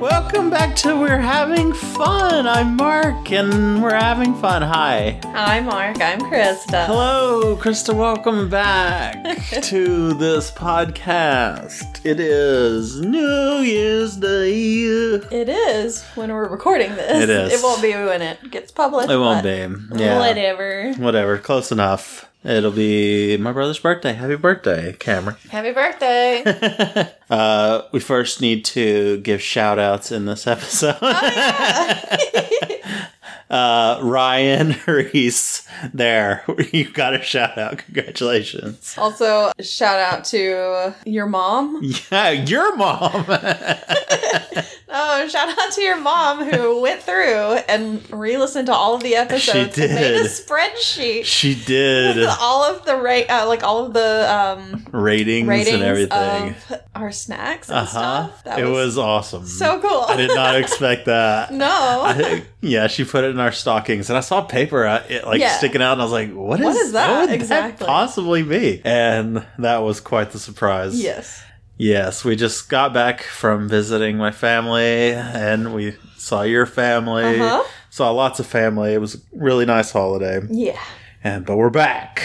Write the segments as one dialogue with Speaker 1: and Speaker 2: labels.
Speaker 1: Welcome back to We're Having Fun. I'm Mark and we're having fun. Hi.
Speaker 2: Hi, Mark. I'm Krista.
Speaker 1: Hello, Krista. Welcome back to this podcast. It is New Year's Day.
Speaker 2: It is when we're recording this.
Speaker 1: It is.
Speaker 2: It won't be when it gets published.
Speaker 1: It won't
Speaker 2: but
Speaker 1: be. Yeah.
Speaker 2: Whatever.
Speaker 1: Whatever. Close enough. It'll be my brother's birthday. Happy birthday, Cameron.
Speaker 2: Happy birthday.
Speaker 1: Uh, we first need to give shout outs in this episode.
Speaker 2: Oh,
Speaker 1: uh, Ryan Reese, there. You got a shout out. Congratulations.
Speaker 2: also, shout out to your mom.
Speaker 1: Yeah, your mom.
Speaker 2: Oh, shout out to your mom who went through and re listened to all of the episodes and made a
Speaker 1: did.
Speaker 2: spreadsheet.
Speaker 1: she did
Speaker 2: with All of the ra- uh, like all of the um,
Speaker 1: ratings,
Speaker 2: ratings
Speaker 1: and everything.
Speaker 2: of our snacks and
Speaker 1: Uh
Speaker 2: stuff.
Speaker 1: huh.
Speaker 2: That
Speaker 1: It
Speaker 2: was,
Speaker 1: was awesome.
Speaker 2: so cool.
Speaker 1: I did not expect that.
Speaker 2: no,
Speaker 1: I think- yeah, she put it in our stockings, and I saw paper uh, it, like
Speaker 2: Yeah.
Speaker 1: sticking out, and I was like, "What is,
Speaker 2: What is that
Speaker 1: What would
Speaker 2: exactly?
Speaker 1: possibly be?" And that was quite the surprise.
Speaker 2: yes.
Speaker 1: Yes, we just got back from visiting my family, and we saw your family.
Speaker 2: Uh-huh.
Speaker 1: Saw lots of family. It was a really nice holiday,
Speaker 2: Yeah.
Speaker 1: and but we're back,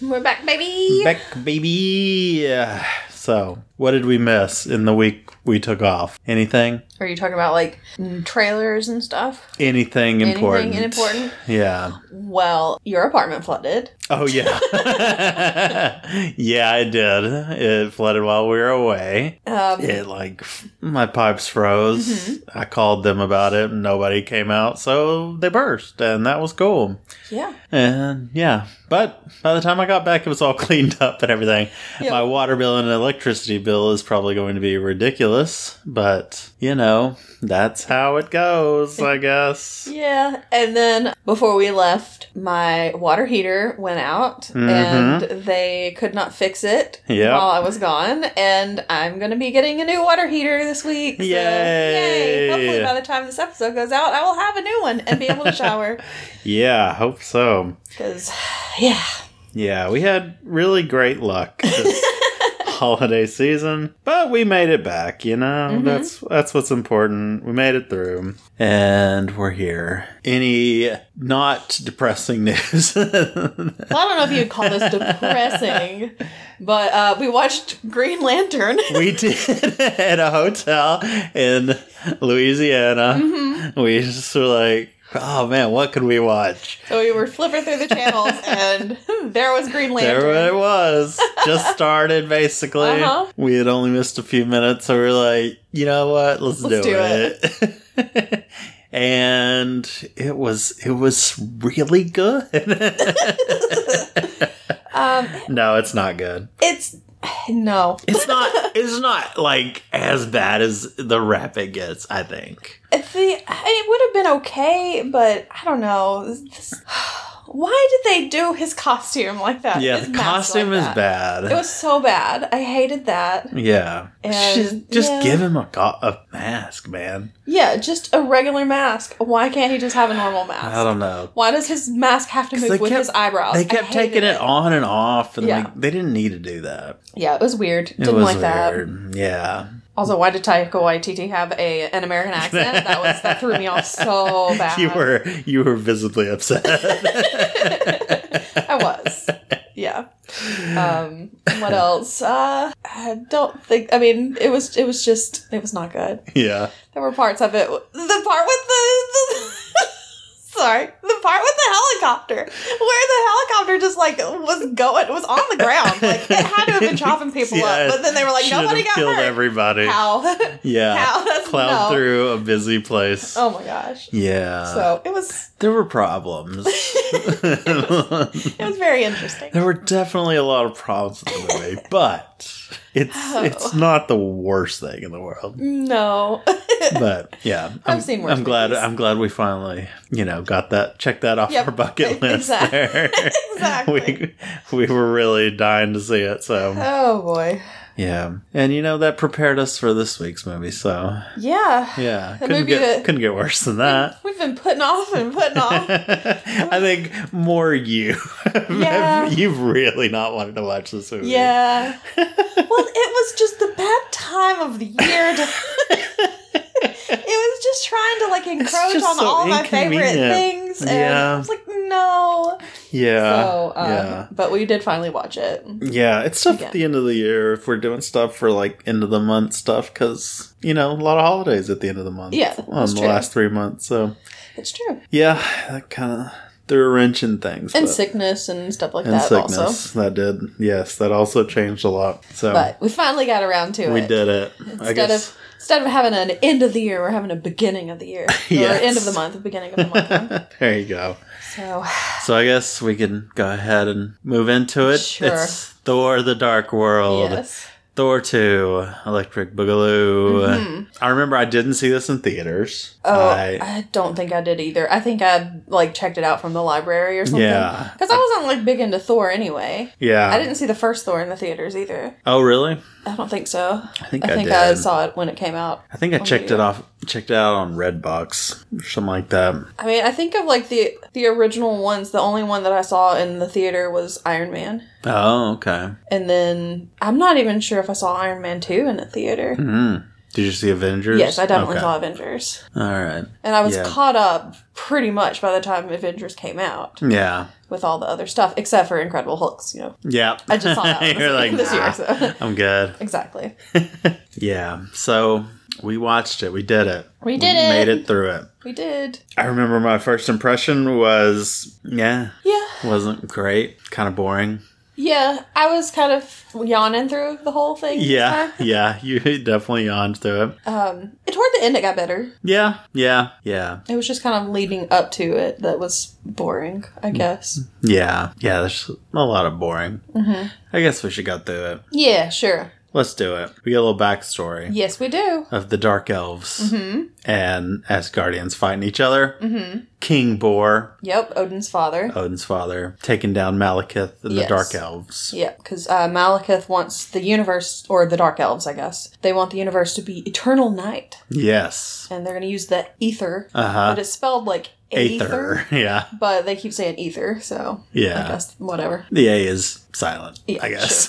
Speaker 2: We're back, baby.
Speaker 1: back baby. Yeah. So, what did we miss in the week we took off? Anything?
Speaker 2: Are you talking about like mm, trailers and stuff?
Speaker 1: Anything important?
Speaker 2: Anything important?
Speaker 1: Yeah.
Speaker 2: Well, your apartment flooded.
Speaker 1: Oh yeah, yeah, it did. It flooded while we were away.
Speaker 2: Um,
Speaker 1: It like f- my pipes froze.
Speaker 2: Mm-hmm.
Speaker 1: I called them about it, and nobody came out, so they burst, and that was cool.
Speaker 2: yeah.
Speaker 1: And yeah, but by the time I got back, it was all cleaned up and everything.
Speaker 2: Yeah.
Speaker 1: My water bill and electricity bill is probably going to be ridiculous, but you know that's how it goes, I guess.
Speaker 2: Yeah. And then before we left, my water heater went out and they could not fix it
Speaker 1: Mm-hmm. Yep.
Speaker 2: while I was gone. And I'm going to be getting a new water heater this week. So,
Speaker 1: Yay.
Speaker 2: Hopefully, by the time this episode goes out, I will have a new one and be able to shower.
Speaker 1: Yeah, I hope so.
Speaker 2: Because, yeah.
Speaker 1: Yeah, we had really great luck this holiday season, but we made it back, you know? That's that's what's important. We made it through. And we're here. Any not depressing news?
Speaker 2: Well, I don't know if you'd call this depressing, but uh, we watched Green Lantern.
Speaker 1: we did at a hotel in Louisiana. We just were like, oh man, what could we watch?
Speaker 2: So we were flipping through the channels, and there was Green Lantern.
Speaker 1: There it was. Just started basically.
Speaker 2: Uh-huh.
Speaker 1: We had only missed a few minutes, so we were like, you know what? Let's,
Speaker 2: Let's
Speaker 1: do,
Speaker 2: do
Speaker 1: it. and it was it was really good.
Speaker 2: Um,
Speaker 1: no, it's not good.
Speaker 2: it's no.
Speaker 1: It's not it's not like as bad as the rap it gets, I think.
Speaker 2: If the it would have been okay, but I don't know. This- why did they do his costume like that?
Speaker 1: Yeah,
Speaker 2: His
Speaker 1: the
Speaker 2: mask
Speaker 1: costume
Speaker 2: Uh, like
Speaker 1: is
Speaker 2: that?
Speaker 1: bad.
Speaker 2: It was so bad. I hated that.
Speaker 1: yeah.
Speaker 2: And-
Speaker 1: just just
Speaker 2: yeah.
Speaker 1: give him a, go- a mask, man.
Speaker 2: Yeah, just a regular mask. Why can't he just have a normal mask?
Speaker 1: I don't know.
Speaker 2: Why does his mask have to move
Speaker 1: they
Speaker 2: with
Speaker 1: kept-
Speaker 2: his eyebrows?
Speaker 1: They
Speaker 2: I
Speaker 1: kept
Speaker 2: hated
Speaker 1: taking it. on and off, and
Speaker 2: Yeah.
Speaker 1: like they didn't need to do that.
Speaker 2: Yeah, it was weird.
Speaker 1: It
Speaker 2: Didn't
Speaker 1: was
Speaker 2: like that.
Speaker 1: weird. Yeah,
Speaker 2: Also, why did Taika Waititi have a an American accent? That was that threw me off so bad.
Speaker 1: you were you were visibly upset.
Speaker 2: I was. Yeah. Um. What else? Uh, I don't think. I mean, it was. It was just. It was not good.
Speaker 1: yeah,
Speaker 2: There were parts of it. The part with the. the Sorry, the part with the helicopter, where the helicopter just like was going, was on the ground, like it had to have been chopping people
Speaker 1: Yeah,
Speaker 2: up. But then they were like,
Speaker 1: should
Speaker 2: nobody
Speaker 1: have
Speaker 2: got
Speaker 1: killed
Speaker 2: hurt.
Speaker 1: everybody.
Speaker 2: How?
Speaker 1: Yeah,
Speaker 2: How? That's-
Speaker 1: plowed
Speaker 2: no.
Speaker 1: through a busy place.
Speaker 2: Oh my gosh.
Speaker 1: Yeah,
Speaker 2: So it was
Speaker 1: there were problems.
Speaker 2: it was very interesting.
Speaker 1: there were definitely a lot of problems with the movie, but it's
Speaker 2: Oh.
Speaker 1: it's not the worst thing in the world.
Speaker 2: No.
Speaker 1: But yeah, I'm,
Speaker 2: seen worse
Speaker 1: I'm glad.
Speaker 2: movies.
Speaker 1: I'm glad we finally, you know, got that. Check that off
Speaker 2: Yep,
Speaker 1: our bucket
Speaker 2: e-
Speaker 1: list.
Speaker 2: exact-
Speaker 1: There,
Speaker 2: exactly.
Speaker 1: We we were really dying to see it. So
Speaker 2: oh boy.
Speaker 1: yeah, and you know that prepared us for this week's movie. So
Speaker 2: Yeah.
Speaker 1: yeah,
Speaker 2: The
Speaker 1: couldn't
Speaker 2: movie
Speaker 1: get
Speaker 2: that- Oh.
Speaker 1: couldn't get worse than that.
Speaker 2: We've been putting off and putting off.
Speaker 1: I think more you.
Speaker 2: Yeah.
Speaker 1: You've really not wanted to watch this movie.
Speaker 2: Yeah. well, it was just the bad time of the year. To- it was just trying to like encroach
Speaker 1: just
Speaker 2: on
Speaker 1: so
Speaker 2: all my favorite
Speaker 1: inconvenient.
Speaker 2: things. And
Speaker 1: Yeah.
Speaker 2: I was like, no.
Speaker 1: Yeah.
Speaker 2: so, um,
Speaker 1: yeah.
Speaker 2: but we did finally watch it.
Speaker 1: Yeah, it's stuff
Speaker 2: Again.
Speaker 1: at the end of the year if we're doing stuff for like end of the month stuff because you know a lot of holidays at the end of the month.
Speaker 2: Yeah,
Speaker 1: on
Speaker 2: that's
Speaker 1: the
Speaker 2: true.
Speaker 1: last three months. So
Speaker 2: It's true.
Speaker 1: yeah, that kind of threw a wrench in things.
Speaker 2: And
Speaker 1: but-
Speaker 2: sickness and stuff like
Speaker 1: and
Speaker 2: that
Speaker 1: sickness
Speaker 2: also.
Speaker 1: that did yes that also changed a lot. So
Speaker 2: But we finally got around to
Speaker 1: we
Speaker 2: it.
Speaker 1: did it. I
Speaker 2: Instead
Speaker 1: guess
Speaker 2: of instead of having an end of the year, we're having a beginning of the year.
Speaker 1: Yes.
Speaker 2: Or end of the month, beginning of the month.
Speaker 1: there you go.
Speaker 2: so
Speaker 1: So I guess we can go ahead and move into it.
Speaker 2: Sure.
Speaker 1: It's Thor: The Dark World.
Speaker 2: yes.
Speaker 1: Thor 2, Electric Boogaloo. I remember I didn't see this in theaters.
Speaker 2: Mm-hmm. Oh, I,
Speaker 1: I,
Speaker 2: don't think I did either. I think I like checked it out from the library or something.
Speaker 1: Yeah. Um,
Speaker 2: Because I wasn't like big into Thor anyway.
Speaker 1: yeah.
Speaker 2: I didn't see the first Thor in the theaters either.
Speaker 1: Oh, really?
Speaker 2: I don't think so. I
Speaker 1: think
Speaker 2: I,
Speaker 1: I
Speaker 2: think I
Speaker 1: did.
Speaker 2: saw it when it came out.
Speaker 1: I think I checked it
Speaker 2: Oh, yeah.
Speaker 1: off, checked it out on Redbox or something like that.
Speaker 2: I mean, I think of like the the original ones. The only one that I saw in the theater was Iron Man,
Speaker 1: Oh, okay.
Speaker 2: and then I'm not even sure if I saw Iron Man two in the theater.
Speaker 1: Mm. Did you see Avengers?
Speaker 2: Yes, I definitely
Speaker 1: Okay.
Speaker 2: saw Avengers,
Speaker 1: All right.
Speaker 2: and I was
Speaker 1: Yeah.
Speaker 2: caught up pretty much by the time Avengers came out
Speaker 1: Yeah.
Speaker 2: with all the other stuff, except for Incredible Hulks. You know,
Speaker 1: Yeah.
Speaker 2: I just saw that one
Speaker 1: You're
Speaker 2: this-
Speaker 1: like,
Speaker 2: this
Speaker 1: "Nah,
Speaker 2: year. So.
Speaker 1: I'm good.
Speaker 2: exactly.
Speaker 1: Yeah. So we watched it. We did it.
Speaker 2: We did it.
Speaker 1: Made it through it.
Speaker 2: We did.
Speaker 1: I remember my first impression was, yeah,
Speaker 2: Yeah.
Speaker 1: wasn't great. Kind of boring.
Speaker 2: Yeah. I was kind of yawning through the whole thing. this
Speaker 1: Yeah,
Speaker 2: time.
Speaker 1: yeah, you definitely yawned through it.
Speaker 2: Um, toward the end, it got better.
Speaker 1: Yeah, yeah, yeah,
Speaker 2: It was just kind of leading up to it that was boring, I
Speaker 1: Mm.
Speaker 2: guess.
Speaker 1: yeah, yeah. There's a lot of boring.
Speaker 2: Mm-hmm.
Speaker 1: I guess we should go through it.
Speaker 2: Yeah, sure.
Speaker 1: Let's do it. We get a little backstory
Speaker 2: Yes, we do.
Speaker 1: of the Dark Elves
Speaker 2: Mm-hmm.
Speaker 1: and Asgardians fighting each other. Mm-hmm. King Bor,
Speaker 2: Yep, Odin's father.
Speaker 1: Odin's father, taking down Malekith and
Speaker 2: Yes.
Speaker 1: the Dark Elves.
Speaker 2: Yeah, because uh, Malekith wants the universe, or the Dark Elves, I guess. They want the universe to be eternal night,
Speaker 1: Yes.
Speaker 2: and they're going to use the ether.
Speaker 1: Uh
Speaker 2: But
Speaker 1: huh.
Speaker 2: it's spelled like aether.
Speaker 1: Aether. Yeah.
Speaker 2: But they keep saying ether, so I
Speaker 1: Yeah.
Speaker 2: guess whatever.
Speaker 1: The A is silent.
Speaker 2: Yeah,
Speaker 1: I guess.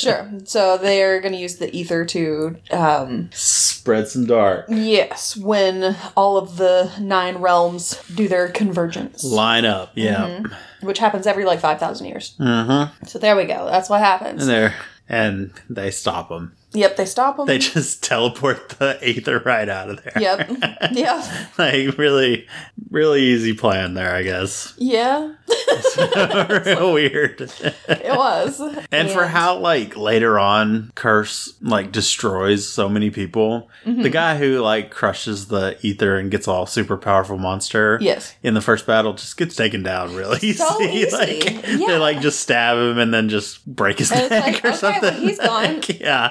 Speaker 2: Sure. So they're going to use the ether to um,
Speaker 1: Spread some dark.
Speaker 2: Yes, when all of the nine realms do their convergence,
Speaker 1: Line up. Yeah.
Speaker 2: which happens every like 5,000 years.
Speaker 1: Uh-huh.
Speaker 2: So there we go. That's what happens.
Speaker 1: And they're and they stop them.
Speaker 2: yep, they stop them.
Speaker 1: They just teleport the ether right out of there.
Speaker 2: yep. yeah.
Speaker 1: Like really, really easy plan there, I guess.
Speaker 2: Yeah.
Speaker 1: Real weird.
Speaker 2: It was.
Speaker 1: And for how like later on curse like destroys so many people.
Speaker 2: Mm-hmm.
Speaker 1: The guy who like crushes the ether and gets all super powerful monster.
Speaker 2: Yes.
Speaker 1: In the first battle, just gets taken down really easy.
Speaker 2: So easy.
Speaker 1: Like
Speaker 2: Yeah.
Speaker 1: they like just stab him and then just break his
Speaker 2: And it's
Speaker 1: neck
Speaker 2: like,
Speaker 1: or
Speaker 2: okay, well,
Speaker 1: something.
Speaker 2: he's gone.
Speaker 1: Like, yeah,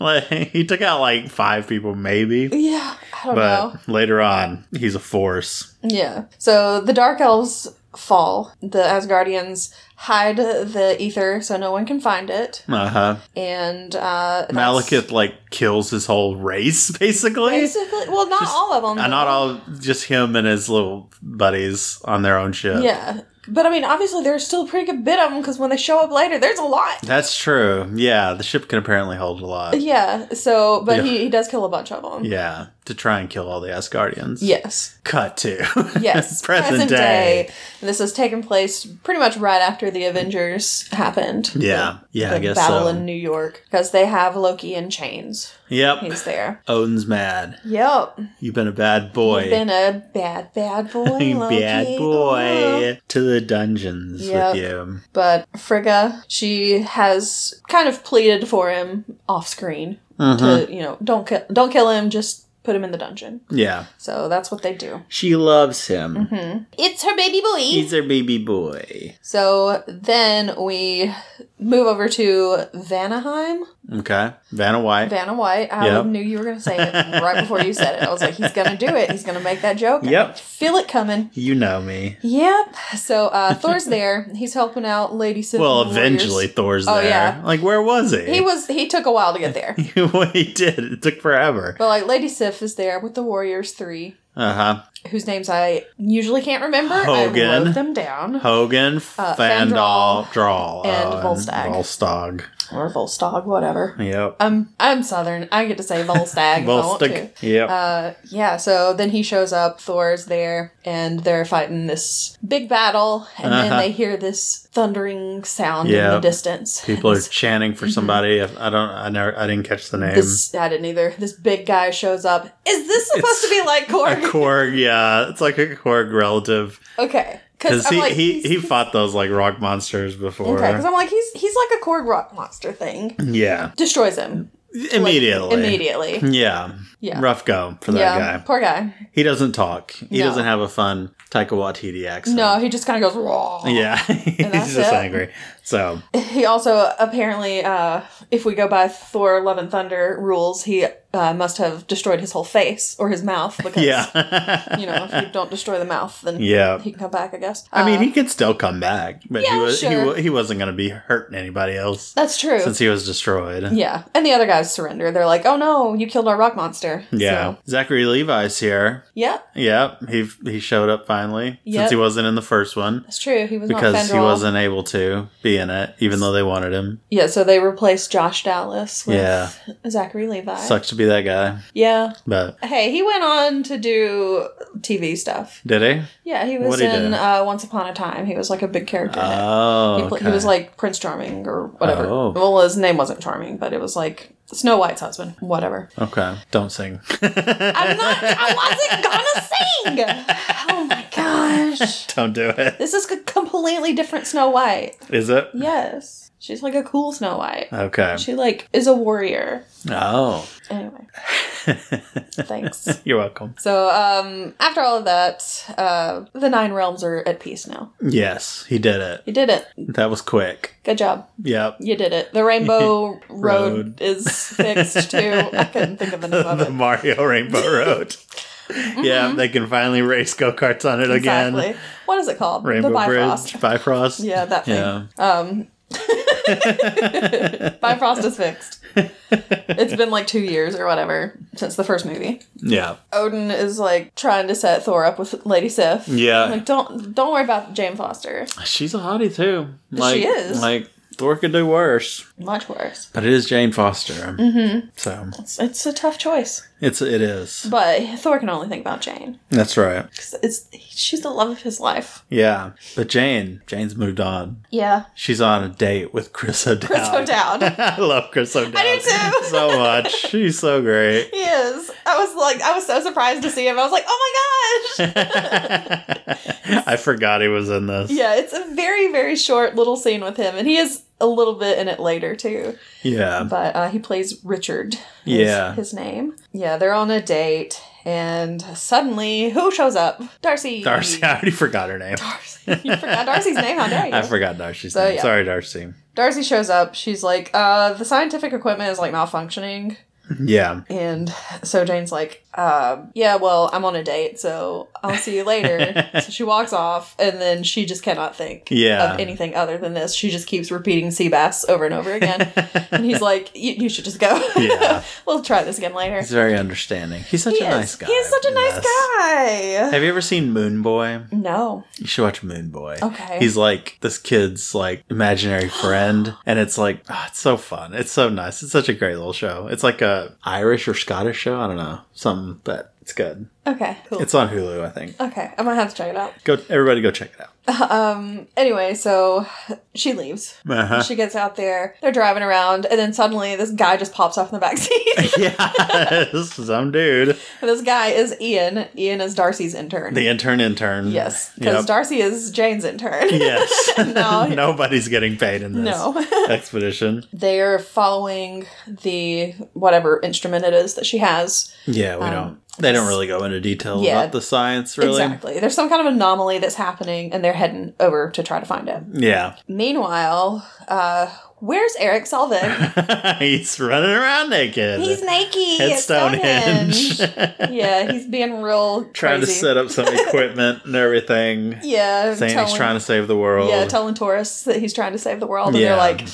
Speaker 1: like he took out like five people maybe,
Speaker 2: Yeah. I don't
Speaker 1: but
Speaker 2: know.
Speaker 1: later on he's a force.
Speaker 2: Yeah. So the Dark Elves fall. The Asgardians hide the ether so no one can find it.
Speaker 1: Uh huh.
Speaker 2: And uh, that's
Speaker 1: Malekith like kills his whole race basically.
Speaker 2: Basically, well, not all of them.
Speaker 1: Uh, not all, just him and his little buddies on their own ship.
Speaker 2: Yeah. But I mean, obviously, there's still a pretty good bit of them because when they show up later, there's a lot.
Speaker 1: That's true. Yeah, the ship can apparently hold a lot.
Speaker 2: Yeah. So, but
Speaker 1: Yeah.
Speaker 2: He, he does kill a bunch of them.
Speaker 1: Yeah, to try and kill all the Asgardians.
Speaker 2: Yes.
Speaker 1: Cut to.
Speaker 2: Yes.
Speaker 1: Present day.
Speaker 2: And this has taken place pretty much right after the Avengers happened.
Speaker 1: Yeah.
Speaker 2: The-
Speaker 1: Yeah, I
Speaker 2: the
Speaker 1: guess
Speaker 2: battle
Speaker 1: so.
Speaker 2: in New York because they have Loki in chains.
Speaker 1: Yep.
Speaker 2: He's there.
Speaker 1: Odin's mad.
Speaker 2: Yep.
Speaker 1: You've been a bad boy.
Speaker 2: Been a bad, bad boy. Loki.
Speaker 1: bad
Speaker 2: Oh.
Speaker 1: boy to the dungeons
Speaker 2: Yep.
Speaker 1: with you.
Speaker 2: But Frigga, she has kind of pleaded for him off screen
Speaker 1: Mm-hmm.
Speaker 2: to, you know, don't kill, don't kill him, just put him in the dungeon.
Speaker 1: Yeah.
Speaker 2: So that's what they do.
Speaker 1: She loves him.
Speaker 2: Mm-hmm. It's her baby boy.
Speaker 1: He's her baby boy.
Speaker 2: so then we move over to Vanaheim.
Speaker 1: Okay. Vanna White.
Speaker 2: Vanna White. I
Speaker 1: Yep.
Speaker 2: knew you were going to say it right before you said it. I was like, he's going to do it. He's going to make that joke. I
Speaker 1: Yep.
Speaker 2: feel it coming.
Speaker 1: you know me.
Speaker 2: Yep. So uh, Thor's there. He's helping out Lady Sith.
Speaker 1: Well,
Speaker 2: warriors.
Speaker 1: eventually Thor's
Speaker 2: Oh,
Speaker 1: there.
Speaker 2: yeah.
Speaker 1: Like, where was he?
Speaker 2: He was. He took a while to get there.
Speaker 1: what he did. It took forever.
Speaker 2: But like Lady Sif is there with the Warriors three,
Speaker 1: Uh huh.
Speaker 2: whose names I usually can't remember. I
Speaker 1: Hogan.
Speaker 2: wrote them down.
Speaker 1: Hogan,
Speaker 2: Uh,
Speaker 1: Fandol, Drawl,
Speaker 2: and
Speaker 1: uh,
Speaker 2: Volstagg.
Speaker 1: Volstagg.
Speaker 2: Or Volstagg, whatever.
Speaker 1: Yep.
Speaker 2: Um, I'm Southern. I get to say Volstagg if I want to.
Speaker 1: Volstagg. Yep.
Speaker 2: Uh, yeah, so then he shows up, Thor's there, and they're fighting this big battle, and then
Speaker 1: Uh-huh.
Speaker 2: they hear this thundering sound in the
Speaker 1: Yeah.
Speaker 2: distance.
Speaker 1: People are chanting
Speaker 2: mm-hmm.
Speaker 1: for somebody. If- I don't. I never. I didn't catch the name.
Speaker 2: This I didn't either. This big guy shows up. Is this supposed
Speaker 1: It's
Speaker 2: to be like
Speaker 1: a
Speaker 2: Korg?
Speaker 1: Korg. Yeah, it's like a Korg relative
Speaker 2: okay,
Speaker 1: because
Speaker 2: I'm
Speaker 1: he,
Speaker 2: like,
Speaker 1: he
Speaker 2: he's-
Speaker 1: he fought those like rock monsters before.
Speaker 2: Okay, because I'm like he's he's like a Korg rock monster thing.
Speaker 1: yeah,
Speaker 2: Destroys him like,
Speaker 1: immediately.
Speaker 2: immediately.
Speaker 1: Yeah.
Speaker 2: Yeah.
Speaker 1: Rough go for that
Speaker 2: yeah,
Speaker 1: guy.
Speaker 2: poor guy.
Speaker 1: He doesn't talk. He
Speaker 2: No.
Speaker 1: doesn't have a fun Taika Waititi accent.
Speaker 2: No, he just kind of goes raw.
Speaker 1: Yeah, he's
Speaker 2: that's
Speaker 1: just
Speaker 2: it.
Speaker 1: angry. So
Speaker 2: He also apparently, uh, if we go by Thor: Love and Thunder rules, he uh, must have destroyed his whole face or his mouth because
Speaker 1: yeah,
Speaker 2: you know if you don't destroy the mouth, then
Speaker 1: yeah.
Speaker 2: he can come back. I guess.
Speaker 1: I mean,
Speaker 2: Uh,
Speaker 1: he could still come back, but he
Speaker 2: Yeah,
Speaker 1: was he
Speaker 2: sure.
Speaker 1: wa- he wasn't going to be hurting anybody else
Speaker 2: that's true.
Speaker 1: since he was destroyed.
Speaker 2: yeah, and the other guys surrender. They're like, "Oh no, you killed our rock monster."
Speaker 1: Yeah.
Speaker 2: So,
Speaker 1: Zachary Levi's here.
Speaker 2: yeah,
Speaker 1: Yep, he he showed up finally
Speaker 2: Yep.
Speaker 1: since he wasn't in the first one
Speaker 2: that's true. He was not
Speaker 1: because
Speaker 2: Fenderall.
Speaker 1: he wasn't able to be in it, even though they wanted him.
Speaker 2: Yeah, so they replaced Josh Dallas with
Speaker 1: Yeah.
Speaker 2: Zachary Levi.
Speaker 1: Sucks to be that guy,
Speaker 2: Yeah.
Speaker 1: but
Speaker 2: Hey, he went on to do TV stuff.
Speaker 1: did he?
Speaker 2: Yeah, he was
Speaker 1: What'd he
Speaker 2: in
Speaker 1: do?
Speaker 2: uh, Once Upon a Time. He was like a big character. in it.
Speaker 1: Oh,
Speaker 2: He, pla- he
Speaker 1: okay.
Speaker 2: was like Prince Charming or whatever.
Speaker 1: Oh.
Speaker 2: Well, his name wasn't Charming, but it was like Snow White's husband. Whatever.
Speaker 1: okay. Don't sing.
Speaker 2: I'm not. I wasn't gonna sing. Oh my gosh.
Speaker 1: Don't do it.
Speaker 2: This is a completely different Snow White.
Speaker 1: Is it?
Speaker 2: Yes, she's like a cool Snow White.
Speaker 1: Okay.
Speaker 2: She like is a warrior.
Speaker 1: Oh,
Speaker 2: Anyway, thanks.
Speaker 1: you're welcome.
Speaker 2: So um, after all of that, uh, the nine realms are at peace now.
Speaker 1: Yes, he did it.
Speaker 2: You did it.
Speaker 1: That was quick.
Speaker 2: Good job.
Speaker 1: Yep.
Speaker 2: You did it. The rainbow road,
Speaker 1: Road.
Speaker 2: is fixed too. I couldn't think of the name of
Speaker 1: the
Speaker 2: it. Mm-hmm.
Speaker 1: Mario Rainbow Road. Yeah, they can finally race go karts on it again.
Speaker 2: Exactly. What is it called?
Speaker 1: Rainbow
Speaker 2: the Bifrost.
Speaker 1: Bridge, Bifrost.
Speaker 2: Yeah, that thing.
Speaker 1: Yeah.
Speaker 2: Um, Bifrost is fixed. It's been like two years or whatever since the first movie.
Speaker 1: Yeah.
Speaker 2: Odin is like trying to set Thor up with Lady Sif.
Speaker 1: Yeah.
Speaker 2: Like don't don't worry about Jane Foster.
Speaker 1: She's a hottie too. Like,
Speaker 2: She is.
Speaker 1: Like Thor could do worse,
Speaker 2: Much worse.
Speaker 1: but it is Jane Foster. Mm-hmm. So
Speaker 2: It's, it's a tough choice.
Speaker 1: it's it is.
Speaker 2: But Thor can only think about Jane.
Speaker 1: That's right.
Speaker 2: 'Cause It's she's the love of his life.
Speaker 1: Yeah, but Jane, Jane's moved on.
Speaker 2: Yeah.
Speaker 1: She's on a date with Chris O'Dowd.
Speaker 2: Chris O'Dowd.
Speaker 1: I love Chris O'Dowd.
Speaker 2: too.
Speaker 1: so much. She's so great.
Speaker 2: He is. I was like I was so surprised to see him. I was like, oh my gosh.
Speaker 1: I forgot he was in this.
Speaker 2: yeah, it's a very, very short little scene with him, and he is a little bit in it later too.
Speaker 1: Yeah.
Speaker 2: But uh, he plays Richard. is
Speaker 1: Yeah.
Speaker 2: His name. Yeah, they're on a date, and suddenly who shows up? Darcy.
Speaker 1: Darcy, I already forgot her name.
Speaker 2: Darcy. You forgot Darcy's name, how dare you?
Speaker 1: I forgot Darcy's
Speaker 2: So,
Speaker 1: name.
Speaker 2: yeah.
Speaker 1: Sorry, Darcy.
Speaker 2: Darcy shows up, she's like, uh, the scientific equipment is like malfunctioning.
Speaker 1: Yeah.
Speaker 2: And so Jane's like, uh, yeah, well, I'm on a date, so I'll see you later. so she walks off, and then she just cannot think
Speaker 1: Yeah.
Speaker 2: of anything other than this. She just keeps repeating Seabass over and over again. and he's like, "You- you should just go.
Speaker 1: Yeah.
Speaker 2: we'll try this again later.
Speaker 1: He's very understanding. He's such
Speaker 2: He
Speaker 1: a
Speaker 2: is.
Speaker 1: nice guy.
Speaker 2: He is such a
Speaker 1: in
Speaker 2: nice
Speaker 1: this.
Speaker 2: guy.
Speaker 1: Have you ever seen Moon Boy?
Speaker 2: No.
Speaker 1: You should watch Moon Boy.
Speaker 2: Okay.
Speaker 1: He's like this kid's like imaginary friend, and it's like ah, it's so fun. It's so nice. It's such a great little show. It's like a Irish or Scottish show. I don't know something, but it's good.
Speaker 2: Okay, cool.
Speaker 1: It's on Hulu, I think.
Speaker 2: okay, I'm gonna have to check it out.
Speaker 1: Go, everybody, go check it out.
Speaker 2: Um, anyway, so she leaves.
Speaker 1: Uh-huh.
Speaker 2: She gets out there, they're driving around, and then suddenly this guy just pops off in the backseat.
Speaker 1: yeah, this is some dude.
Speaker 2: this guy is Ian. Ian is Darcy's intern.
Speaker 1: The intern intern.
Speaker 2: yes, because
Speaker 1: Yep.
Speaker 2: Darcy is Jane's intern.
Speaker 1: yes.
Speaker 2: No.
Speaker 1: Nobody's getting paid in this
Speaker 2: No.
Speaker 1: expedition.
Speaker 2: They're following the whatever instrument it is that she has.
Speaker 1: Yeah, we
Speaker 2: Um,
Speaker 1: don't. They don't really go into detail
Speaker 2: yeah.
Speaker 1: about the science, really.
Speaker 2: Exactly. There's some kind of anomaly that's happening, and they're heading over to try to find it.
Speaker 1: Yeah.
Speaker 2: Meanwhile, uh, where's Eric Selvig?
Speaker 1: He's running around naked.
Speaker 2: He's naked.
Speaker 1: at
Speaker 2: at
Speaker 1: Stonehenge.
Speaker 2: Stonehenge. yeah, he's being real
Speaker 1: trying to
Speaker 2: crazy.
Speaker 1: set up some equipment and everything.
Speaker 2: Yeah,
Speaker 1: Saying he's
Speaker 2: telling-
Speaker 1: trying to save the world.
Speaker 2: Yeah, telling tourists that he's trying to save the world, and
Speaker 1: Yeah.
Speaker 2: they're like,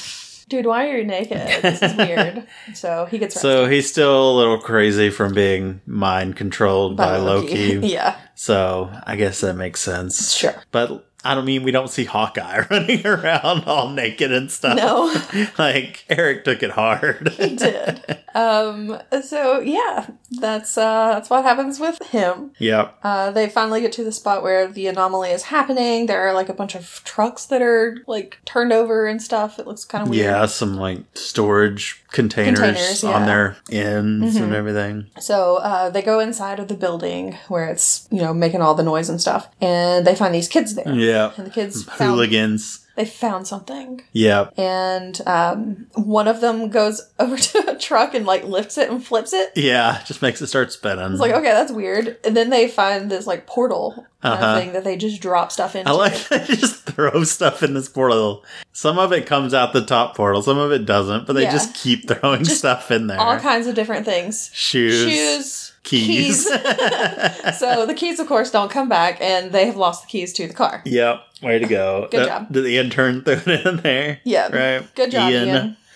Speaker 2: dude, why are you naked? This is weird. so he gets
Speaker 1: So he's still a little crazy from being mind controlled by, Loki.
Speaker 2: yeah,
Speaker 1: So I guess that makes sense.
Speaker 2: sure.
Speaker 1: But I don't mean we don't see Hawkeye running around all naked and stuff.
Speaker 2: No.
Speaker 1: like Eric took it hard.
Speaker 2: He did. um, so yeah, that's uh, that's what happens with him.
Speaker 1: yep.
Speaker 2: Uh, they finally get to the spot where the anomaly is happening. There are like a bunch of trucks that are like turned over and stuff. It looks kind of weird.
Speaker 1: Yeah, some like storage containers,
Speaker 2: Oh, Containers,
Speaker 1: on
Speaker 2: yeah.
Speaker 1: their ends and
Speaker 2: Mhm.
Speaker 1: everything.
Speaker 2: So uh, they go inside of the building where it's you know making all the noise and stuff, and they find these kids there.
Speaker 1: Yeah.
Speaker 2: And the kids found,
Speaker 1: Hooligans.
Speaker 2: they found something,
Speaker 1: Yep.
Speaker 2: and um, one of them goes over to a truck and like lifts it and flips it.
Speaker 1: Yeah, just makes it start spinning.
Speaker 2: It's like okay, that's weird. And then they find this like portal kind
Speaker 1: Uh-huh.
Speaker 2: of thing that they just drop stuff into.
Speaker 1: I like that they just throw stuff in this portal. Some of it comes out the top portal, some of it doesn't, but they
Speaker 2: Yeah.
Speaker 1: just keep throwing
Speaker 2: Just
Speaker 1: stuff in there.
Speaker 2: all kinds of different things.
Speaker 1: Shoes,
Speaker 2: Shoes,
Speaker 1: keys.
Speaker 2: so the keys, of course, don't come back, and they have lost the keys to the car.
Speaker 1: yep, way to go.
Speaker 2: Good
Speaker 1: That-
Speaker 2: job.
Speaker 1: Did the intern throw it in there?
Speaker 2: Yeah.
Speaker 1: Right.
Speaker 2: Good job, Ian.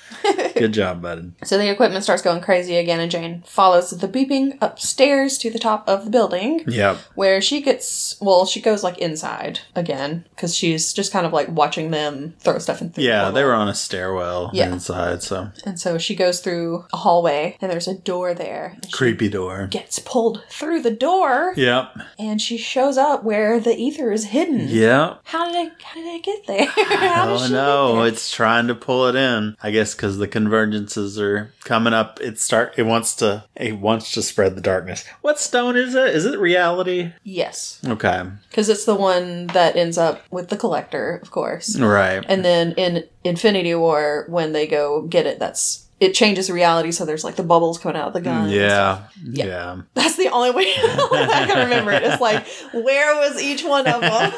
Speaker 1: Good job, bud.
Speaker 2: So the equipment starts going crazy again, and Jane follows the beeping upstairs to the top of the building,
Speaker 1: Yep.
Speaker 2: where she gets well, she goes like inside again because she's just kind of like watching them throw stuff in. through the
Speaker 1: Yeah, they
Speaker 2: portal.
Speaker 1: were on a stairwell
Speaker 2: Yeah.
Speaker 1: inside, so
Speaker 2: And so she goes through a hallway, and there's a door there. and she
Speaker 1: creepy door.
Speaker 2: Gets pulled through the door,
Speaker 1: Yep.
Speaker 2: and she shows up where the ether is hidden.
Speaker 1: Yep.
Speaker 2: How did I? How did I get there? how did
Speaker 1: oh
Speaker 2: she
Speaker 1: no,
Speaker 2: get
Speaker 1: it's trying to pull it in. I guess because the convergences are coming up. It start. It wants to. It wants to spread the darkness. What stone is it? Is it reality?
Speaker 2: there? Yes,
Speaker 1: Okay.
Speaker 2: because it's the one that ends up with the collector, of course.
Speaker 1: Mm-hmm. Right.
Speaker 2: And then in Infinity War, when they go get it, that's it changes reality. So there's like the bubbles coming out of the gun. and stuff.
Speaker 1: Yeah.
Speaker 2: uh, Yeah.
Speaker 1: Yeah.
Speaker 2: that's the only way I can remember it. It's like where was each one of them?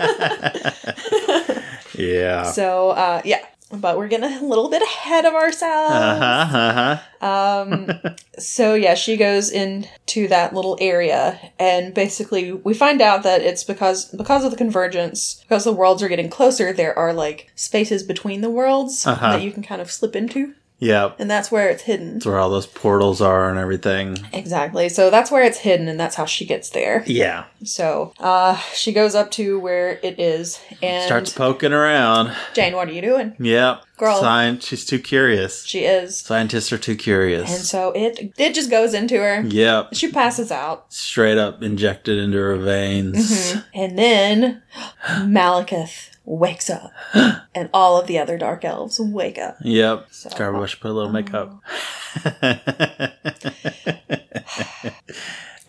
Speaker 1: Yeah.
Speaker 2: so uh, yeah, but we're getting a little bit ahead of
Speaker 1: Uh huh.
Speaker 2: ourselves.
Speaker 1: Uh huh.
Speaker 2: Um, so yeah, she goes into that little area, and basically we find out that it's because because of the convergence, because the worlds are getting closer. There are like spaces between the worlds
Speaker 1: Uh-huh.
Speaker 2: that you can kind of slip into.
Speaker 1: Yep.
Speaker 2: and that's where it's hidden.
Speaker 1: That's where all those portals are and everything.
Speaker 2: Exactly. So that's where it's hidden, and that's how she gets there.
Speaker 1: Yeah.
Speaker 2: So uh, she goes up to where it is, and
Speaker 1: Starts poking around.
Speaker 2: Jane, what are you doing?
Speaker 1: Yep.
Speaker 2: Girl.
Speaker 1: Science. She's too curious.
Speaker 2: She is,
Speaker 1: Scientists are too curious.
Speaker 2: and so it it just goes into her.
Speaker 1: Yep.
Speaker 2: She passes out,
Speaker 1: Straight up injected into her veins.
Speaker 2: and then Malekith wakes up, and all of the other dark elves wake up.
Speaker 1: Yep.
Speaker 2: Mm-hmm. So-
Speaker 1: Garbage put a little makeup.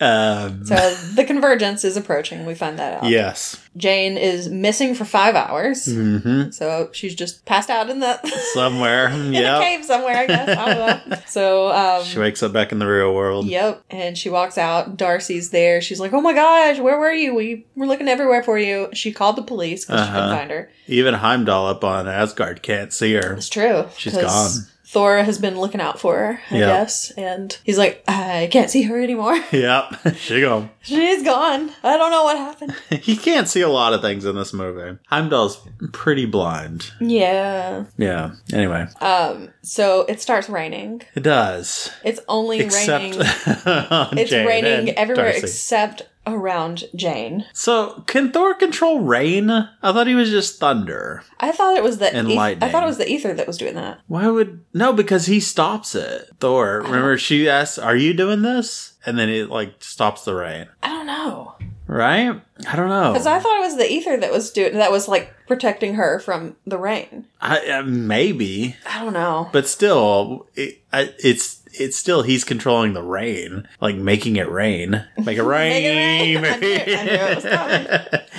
Speaker 1: um,
Speaker 2: Oh. So the convergence is approaching. We find that out.
Speaker 1: yes.
Speaker 2: Jane is missing for five hours,
Speaker 1: hmm
Speaker 2: so she's just passed out in the
Speaker 1: Somewhere.
Speaker 2: in a
Speaker 1: Yep.
Speaker 2: cave somewhere. I guess. I don't know. So um,
Speaker 1: She wakes up back in the real world.
Speaker 2: Yep. And she walks out. Darcy's there. She's like, "Oh my gosh, where were you? We were looking everywhere for you." She called the police because she couldn't
Speaker 1: Uh-huh.
Speaker 2: find her.
Speaker 1: Even Heimdall up on Asgard can't see her.
Speaker 2: It's true.
Speaker 1: She's
Speaker 2: 'cause
Speaker 1: gone.
Speaker 2: Thor has been looking out for her, I
Speaker 1: Yeah.
Speaker 2: guess, and he's like, "I can't see her anymore.
Speaker 1: Yep. she go.
Speaker 2: She's gone. I don't know what happened."
Speaker 1: He can't see a lot of things in this movie. Heimdall's pretty blind.
Speaker 2: yeah.
Speaker 1: Yeah. Anyway,
Speaker 2: Um. So it starts raining.
Speaker 1: it does.
Speaker 2: It's only
Speaker 1: Except
Speaker 2: raining.
Speaker 1: on
Speaker 2: It's
Speaker 1: Jane
Speaker 2: raining
Speaker 1: and
Speaker 2: everywhere
Speaker 1: Darcy.
Speaker 2: except around Jane.
Speaker 1: So, can Thor control rain? I thought he was just thunder.
Speaker 2: I thought it was the
Speaker 1: And
Speaker 2: eth- I
Speaker 1: lightning.
Speaker 2: thought it was the ether that was doing that.
Speaker 1: Why would no? Because he stops it. Thor. Remember, she asks, "Are you doing this?" And then it like stops the rain.
Speaker 2: I don't know.
Speaker 1: Right? I don't know.
Speaker 2: Because I thought it was the ether that was doing that was like protecting her from the rain.
Speaker 1: I, uh, maybe,
Speaker 2: I don't know.
Speaker 1: but still, it, I, it's it's still he's controlling the rain, like making it rain, make it rain.
Speaker 2: Make it rain. I knew it. I knew it was
Speaker 1: baby.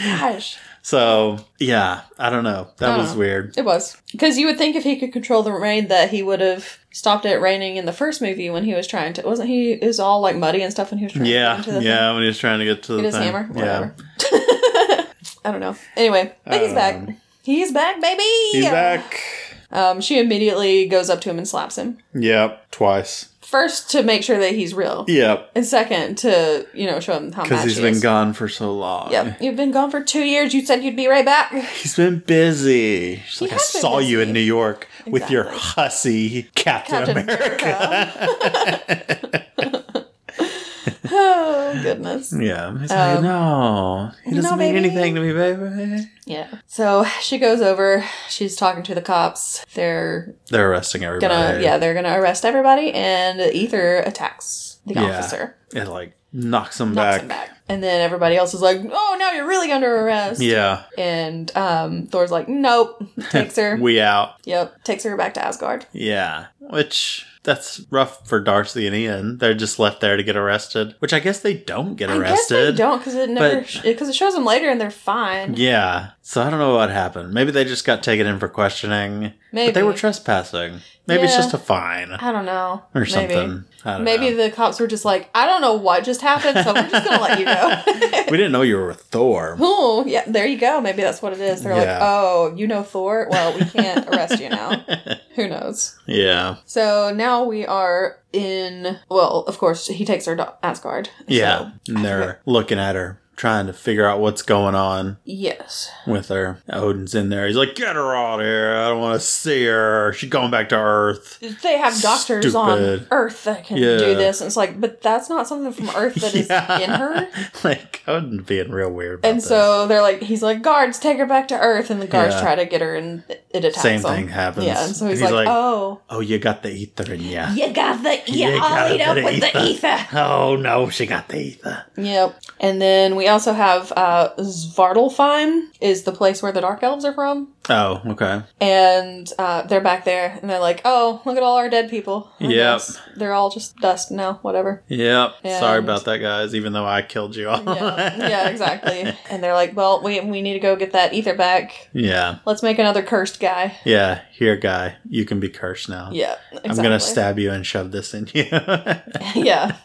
Speaker 2: Gosh,
Speaker 1: so yeah, I don't know. That
Speaker 2: I don't
Speaker 1: was
Speaker 2: know.
Speaker 1: weird.
Speaker 2: it was because you would think if he could control the rain that he would have stopped it raining in the first movie when he was trying to. Wasn't he? It was all like muddy and stuff when he was trying.
Speaker 1: Yeah,
Speaker 2: to get into the
Speaker 1: yeah. When he was trying to get to the
Speaker 2: thing. Get his
Speaker 1: thing.
Speaker 2: hammer.
Speaker 1: yeah.
Speaker 2: Whatever. I don't know. Anyway, but he's back.
Speaker 1: Um,
Speaker 2: He's back, baby.
Speaker 1: He's back.
Speaker 2: Um, she immediately goes up to him and slaps him.
Speaker 1: Yep, twice.
Speaker 2: First, to make sure that he's real.
Speaker 1: Yeah,
Speaker 2: And second, to, you know, show him how
Speaker 1: because
Speaker 2: mad
Speaker 1: he's
Speaker 2: she
Speaker 1: been
Speaker 2: is.
Speaker 1: gone for so long.
Speaker 2: Yep. You've been gone for two years. You said you'd be right back.
Speaker 1: He's been busy. She's
Speaker 2: He
Speaker 1: like, I
Speaker 2: has been
Speaker 1: saw you in
Speaker 2: busy.
Speaker 1: New York with your
Speaker 2: Exactly.
Speaker 1: hussy Captain,
Speaker 2: Captain
Speaker 1: America.
Speaker 2: oh, goodness.
Speaker 1: yeah. He's like, no, he
Speaker 2: Um, no,
Speaker 1: doesn't mean
Speaker 2: baby."
Speaker 1: anything to me, baby.
Speaker 2: Yeah. So she goes over. She's talking to the cops. They're
Speaker 1: They're arresting everybody.
Speaker 2: gonna, yeah, they're gonna arrest everybody. And Ether attacks the
Speaker 1: Yeah.
Speaker 2: officer,
Speaker 1: It like knocks him
Speaker 2: knocks
Speaker 1: back.
Speaker 2: him back. And then everybody else is like, oh, now you're really under arrest.
Speaker 1: Yeah.
Speaker 2: And um, Thor's like, nope. Takes her.
Speaker 1: We out.
Speaker 2: yep. Takes her back to Asgard.
Speaker 1: Yeah. Which that's rough for Darcy and Ian. They're just left there to get arrested, which I guess they don't get
Speaker 2: I guess
Speaker 1: arrested.
Speaker 2: they don't because it never
Speaker 1: but-
Speaker 2: because it shows them later and they're fine.
Speaker 1: Yeah. So I don't know what happened. Maybe they just got taken in for questioning. But
Speaker 2: Maybe.
Speaker 1: they were trespassing. Maybe it's
Speaker 2: Yeah.
Speaker 1: just a fine
Speaker 2: I don't know.
Speaker 1: or
Speaker 2: Maybe.
Speaker 1: something. I don't
Speaker 2: Maybe
Speaker 1: know.
Speaker 2: the cops were just like, I don't know what just happened, so we're just gonna let you go.
Speaker 1: we didn't know you were with Thor.
Speaker 2: Oh, yeah, there you go. Maybe that's what it is. They're
Speaker 1: Yeah.
Speaker 2: like, oh, you know Thor? Well, we can't arrest you now. Who knows?
Speaker 1: yeah.
Speaker 2: So now we are in. Well, of course, he takes her to Asgard. So-
Speaker 1: Yeah. and they're looking at her, trying to figure out what's going on
Speaker 2: Yes.
Speaker 1: with her. Odin's in there. He's like, get her out of here. I don't want to see her. She's going back to Earth.
Speaker 2: They have doctors on
Speaker 1: Stupid.
Speaker 2: Earth that can
Speaker 1: Yeah.
Speaker 2: do this. And it's like, but that's not something from Earth that is
Speaker 1: Yeah.
Speaker 2: in her.
Speaker 1: like, Odin being real weird. About
Speaker 2: And
Speaker 1: this.
Speaker 2: so they're like, he's like, guards, take her back to Earth. And the guards
Speaker 1: Yeah.
Speaker 2: try to get her, and it attacks
Speaker 1: Same
Speaker 2: them.
Speaker 1: thing happens.
Speaker 2: Yeah, and so he's,
Speaker 1: He's
Speaker 2: like,
Speaker 1: like-
Speaker 2: oh.
Speaker 1: Oh, you got the ether in ya.
Speaker 2: You got the you,
Speaker 1: You got
Speaker 2: all
Speaker 1: a
Speaker 2: eat up
Speaker 1: bit
Speaker 2: with
Speaker 1: of
Speaker 2: the ether.
Speaker 1: Oh, no, she got the ether.
Speaker 2: Yep. And then we also have uh Svartalfheim is the place where the dark elves are from.
Speaker 1: Oh, okay.
Speaker 2: And uh, they're back there and they're like, Oh, look at all our dead people. I
Speaker 1: Yep.
Speaker 2: guess They're all just dust now, whatever.
Speaker 1: Yep. Sorry
Speaker 2: And-
Speaker 1: about that, guys, even though I killed you all.
Speaker 2: Yeah. yeah, exactly. And they're like, Well, we we need to go get that ether back.
Speaker 1: yeah.
Speaker 2: Let's make another cursed guy.
Speaker 1: Yeah. Here, guy, you can be cursed now.
Speaker 2: Yeah. Exactly.
Speaker 1: I'm going to stab you and shove this in you.
Speaker 2: yeah.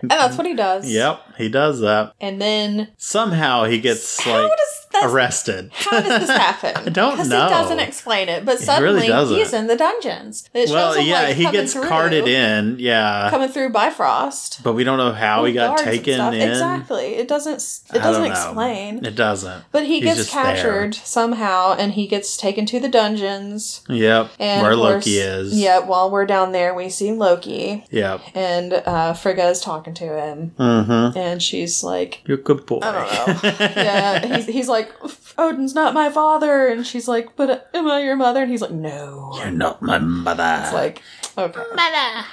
Speaker 2: And that's what he does.
Speaker 1: yep. He does that.
Speaker 2: And then
Speaker 1: Somehow he gets,
Speaker 2: how
Speaker 1: like,
Speaker 2: does that
Speaker 1: arrested.
Speaker 2: How does this happen? I
Speaker 1: don't know.
Speaker 2: it doesn't explain it, but
Speaker 1: really
Speaker 2: suddenly
Speaker 1: doesn't.
Speaker 2: he's in the dungeons. It
Speaker 1: well,
Speaker 2: shows him,
Speaker 1: yeah,
Speaker 2: like,
Speaker 1: he
Speaker 2: coming
Speaker 1: gets
Speaker 2: through,
Speaker 1: carted in. Yeah.
Speaker 2: coming through Bifrost.
Speaker 1: but we don't know how he
Speaker 2: with
Speaker 1: got
Speaker 2: guards and
Speaker 1: taken
Speaker 2: stuff.
Speaker 1: in.
Speaker 2: Exactly, it doesn't.
Speaker 1: I
Speaker 2: It
Speaker 1: don't
Speaker 2: doesn't
Speaker 1: know.
Speaker 2: explain.
Speaker 1: It doesn't.
Speaker 2: But he
Speaker 1: He's
Speaker 2: gets
Speaker 1: just
Speaker 2: captured somehow, and he gets taken to the dungeons.
Speaker 1: Yep.
Speaker 2: And
Speaker 1: Where
Speaker 2: of course-
Speaker 1: Loki is.
Speaker 2: Yeah, while we're down there, we see Loki,
Speaker 1: Yep.
Speaker 2: and uh, Frigga is talking to him,
Speaker 1: Mm hmm.
Speaker 2: and she's like,
Speaker 1: You're a good boy.
Speaker 2: I don't know. yeah, he's, he's like, Odin's not my father. And she's like, but am I your mother? And he's like, no.
Speaker 1: You're not my mother.
Speaker 2: It's like, okay. Mother.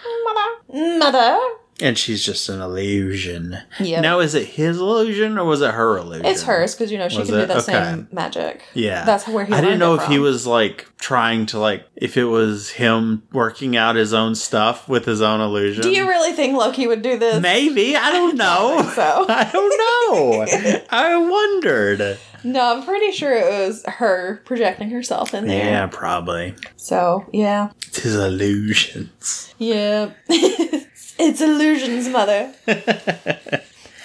Speaker 2: Mother. Mother.
Speaker 1: and she's just an illusion.
Speaker 2: Yeah.
Speaker 1: Now, is it his illusion or was it her illusion?
Speaker 2: It's hers because, you know, she
Speaker 1: Was
Speaker 2: can do
Speaker 1: it?
Speaker 2: that
Speaker 1: Okay.
Speaker 2: same magic.
Speaker 1: Yeah.
Speaker 2: That's where he
Speaker 1: I didn't
Speaker 2: learned
Speaker 1: know
Speaker 2: it
Speaker 1: if he
Speaker 2: from.
Speaker 1: was like trying to like if it was him working out his own stuff with his own illusion.
Speaker 2: Do you really think Loki would do this?
Speaker 1: Maybe I don't know.
Speaker 2: think so.
Speaker 1: I don't know. I wondered.
Speaker 2: No, I'm pretty sure it was her projecting herself in there.
Speaker 1: Yeah, probably.
Speaker 2: So, yeah.
Speaker 1: It's his illusions.
Speaker 2: Yeah. it's illusions, mother.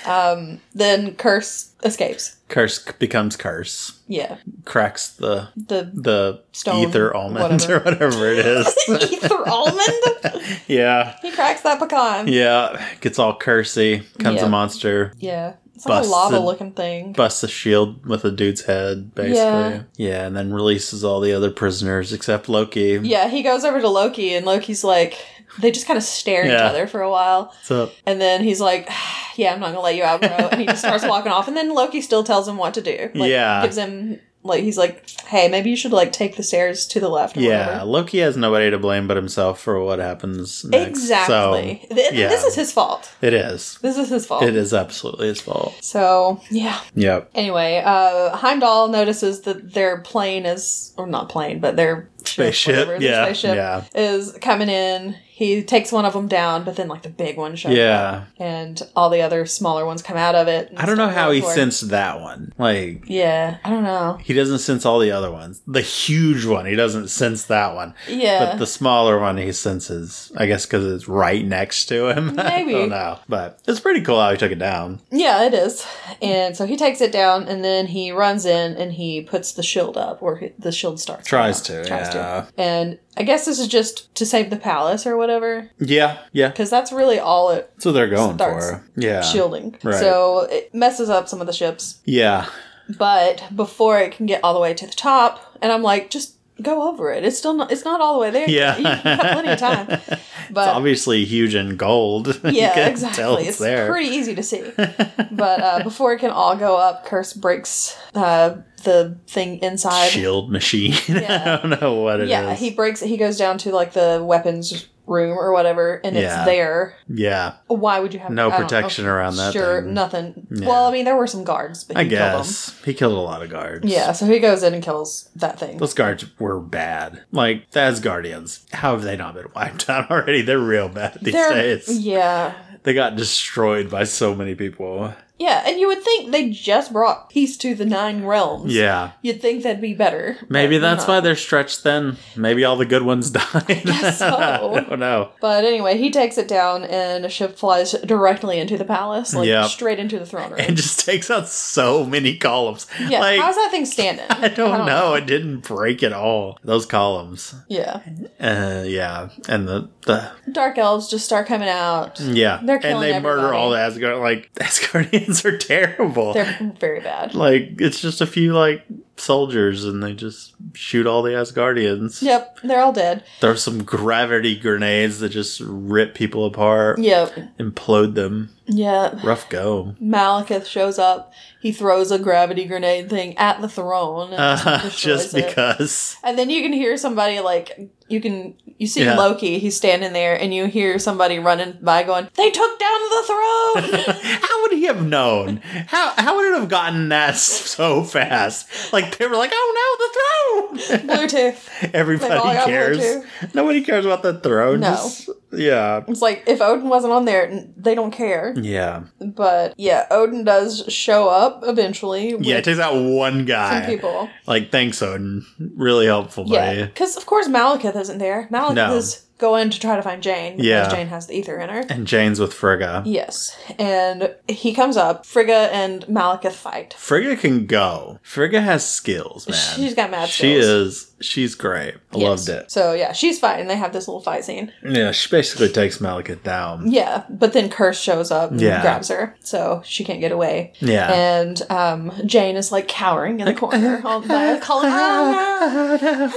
Speaker 2: um, then Curse escapes.
Speaker 1: Curse c- becomes curse.
Speaker 2: Yeah.
Speaker 1: Cracks the
Speaker 2: The
Speaker 1: the
Speaker 2: Stone,
Speaker 1: ether almond
Speaker 2: whatever.
Speaker 1: or whatever it is.
Speaker 2: ether almond?
Speaker 1: yeah.
Speaker 2: He cracks that pecan.
Speaker 1: Yeah, gets all cursy, becomes
Speaker 2: Yeah.
Speaker 1: a monster,
Speaker 2: Yeah. It's like
Speaker 1: Busted.
Speaker 2: a lava looking thing.
Speaker 1: busts a shield with a dude's head, basically.
Speaker 2: Yeah.
Speaker 1: Yeah. and then releases all the other prisoners except Loki.
Speaker 2: yeah, he goes over to Loki and Loki's like they just kind of stare at each
Speaker 1: Yeah.
Speaker 2: other for a while.
Speaker 1: What's up?
Speaker 2: And then he's like, Yeah, I'm not gonna let you out, bro. And he just starts walking off and then Loki still tells him what to do. Like,
Speaker 1: Yeah.
Speaker 2: Gives him like he's like, Hey, maybe you should like take the stairs to the left or
Speaker 1: Yeah,
Speaker 2: whatever.
Speaker 1: Loki has nobody to blame but himself for what happens next.
Speaker 2: Exactly.
Speaker 1: So,
Speaker 2: Th-
Speaker 1: yeah.
Speaker 2: This is his fault.
Speaker 1: it is.
Speaker 2: This is his fault.
Speaker 1: It is absolutely his fault.
Speaker 2: So yeah.
Speaker 1: Yep.
Speaker 2: Anyway, uh, Heimdall notices that their plane is, or not plane, but their ship,
Speaker 1: Spaceship.
Speaker 2: whatever, their
Speaker 1: yeah.
Speaker 2: spaceship
Speaker 1: Yeah.
Speaker 2: is coming in. He takes one of them down, but then like the big one shows up,
Speaker 1: Yeah.
Speaker 2: and all the other smaller ones come out of it. and
Speaker 1: I don't know
Speaker 2: start
Speaker 1: how
Speaker 2: going
Speaker 1: he
Speaker 2: for it.
Speaker 1: sensed that one. Like,
Speaker 2: Yeah, I don't know.
Speaker 1: he doesn't sense all the other ones. The huge one, he doesn't sense that one.
Speaker 2: Yeah,
Speaker 1: But the smaller one he senses, I guess, because it's right next to him.
Speaker 2: Maybe.
Speaker 1: I don't know. But it's pretty cool how he took it down.
Speaker 2: yeah, it is. And so he takes it down, and then he runs in and he puts the shield up, or he- the shield starts.
Speaker 1: Tries
Speaker 2: going
Speaker 1: to,
Speaker 2: up.
Speaker 1: yeah.
Speaker 2: And I guess this is just to save the palace or whatever.
Speaker 1: Yeah, yeah.
Speaker 2: Because that's really all it
Speaker 1: That's what they're going
Speaker 2: Starts.
Speaker 1: for. Yeah.
Speaker 2: shielding.
Speaker 1: Right.
Speaker 2: So it messes up some of the ships.
Speaker 1: Yeah.
Speaker 2: But before it can get all the way to the top, and I'm like, just go over it. It's still not. It's not all the way there.
Speaker 1: Yeah.
Speaker 2: you have plenty of time.
Speaker 1: It's
Speaker 2: But
Speaker 1: obviously huge in gold. You
Speaker 2: Uh, yeah,
Speaker 1: can
Speaker 2: exactly.
Speaker 1: tell
Speaker 2: it's
Speaker 1: it's, there.
Speaker 2: pretty easy to see. but uh, before it can all go up, Curse breaks uh, the thing inside.
Speaker 1: Shield machine.
Speaker 2: Yeah.
Speaker 1: I don't know what it is.
Speaker 2: yeah, he breaks. He goes down to like the weapons room or whatever, and
Speaker 1: Yeah.
Speaker 2: it's there.
Speaker 1: yeah.
Speaker 2: Why would you have
Speaker 1: No
Speaker 2: I don't know.
Speaker 1: protection around that
Speaker 2: Sure,
Speaker 1: thing.
Speaker 2: nothing.
Speaker 1: Yeah.
Speaker 2: Well, I mean, there were some guards, but he
Speaker 1: I
Speaker 2: killed them.
Speaker 1: guess. He killed a lot of guards.
Speaker 2: Yeah, so he goes in and kills that thing.
Speaker 1: Those guards were bad. Like, the Asgardians, how have they not been wiped out already? They're real bad these
Speaker 2: They're-
Speaker 1: days.
Speaker 2: Yeah.
Speaker 1: They got destroyed by so many people.
Speaker 2: Yeah, and you would think they just brought peace to the nine realms.
Speaker 1: Yeah.
Speaker 2: You'd think that'd be better.
Speaker 1: Maybe
Speaker 2: but
Speaker 1: that's
Speaker 2: not.
Speaker 1: why they're stretched thin. Maybe all the good ones died.
Speaker 2: guess so.
Speaker 1: I don't know.
Speaker 2: But anyway, he takes it down and a ship flies directly into the palace, like
Speaker 1: Yeah.
Speaker 2: straight into the throne room.
Speaker 1: It just takes out so many columns.
Speaker 2: yeah,
Speaker 1: like,
Speaker 2: how's that thing standing?
Speaker 1: I don't, know. It didn't break at all. Those columns.
Speaker 2: Yeah.
Speaker 1: Uh, yeah. And the, the
Speaker 2: Dark elves just start coming out.
Speaker 1: yeah.
Speaker 2: They're
Speaker 1: and
Speaker 2: killing
Speaker 1: they murder
Speaker 2: everybody.
Speaker 1: all the Asgard. Like, the Asgardians are terrible.
Speaker 2: They're very bad.
Speaker 1: like, it's just a few, like, soldiers and they just shoot all the Asgardians.
Speaker 2: Yep, they're all dead.
Speaker 1: There's some gravity grenades that just rip people apart,
Speaker 2: Yep.
Speaker 1: implode them.
Speaker 2: Yep.
Speaker 1: Rough go.
Speaker 2: Malekith shows up. He throws a gravity grenade thing at the throne. and
Speaker 1: Uh,
Speaker 2: destroys
Speaker 1: just
Speaker 2: it.
Speaker 1: because.
Speaker 2: And then you can hear somebody like you can you see
Speaker 1: Yeah.
Speaker 2: Loki, he's standing there, and you hear somebody running by going, They took down the throne
Speaker 1: how would he have known? How how would it have gotten that s- so fast? Like they were like, oh no, the throne!
Speaker 2: Bluetooth. They've all
Speaker 1: Everybody
Speaker 2: "Oh, got
Speaker 1: cares.
Speaker 2: Bluetooth.
Speaker 1: Nobody cares about the throne.
Speaker 2: No.
Speaker 1: Just- yeah.
Speaker 2: It's like if Odin wasn't on there, n- they don't care.
Speaker 1: Yeah.
Speaker 2: But yeah, Odin does show up eventually with
Speaker 1: Yeah, it takes out one
Speaker 2: some
Speaker 1: guy.
Speaker 2: people.
Speaker 1: Like, thanks, Odin. Really helpful, buddy.
Speaker 2: Yeah, because of course Malekith isn't there. Malekith
Speaker 1: No.
Speaker 2: is going to try to find Jane because
Speaker 1: Yeah.
Speaker 2: Jane has the ether in her.
Speaker 1: And Jane's with Frigga.
Speaker 2: Yes, and he comes up. Frigga and Malekith fight.
Speaker 1: Frigga can go. Frigga has skills, man.
Speaker 2: She's got mad
Speaker 1: She
Speaker 2: skills.
Speaker 1: is. She's great. I
Speaker 2: Yes.
Speaker 1: loved it.
Speaker 2: So yeah, she's fighting. They have this little fight scene.
Speaker 1: Yeah, she basically takes Malekith down.
Speaker 2: Yeah, but then Curse shows up and
Speaker 1: Yeah.
Speaker 2: grabs her, so she can't get away.
Speaker 1: Yeah.
Speaker 2: And um, Jane is like cowering in the corner, all by calling, "Oh no,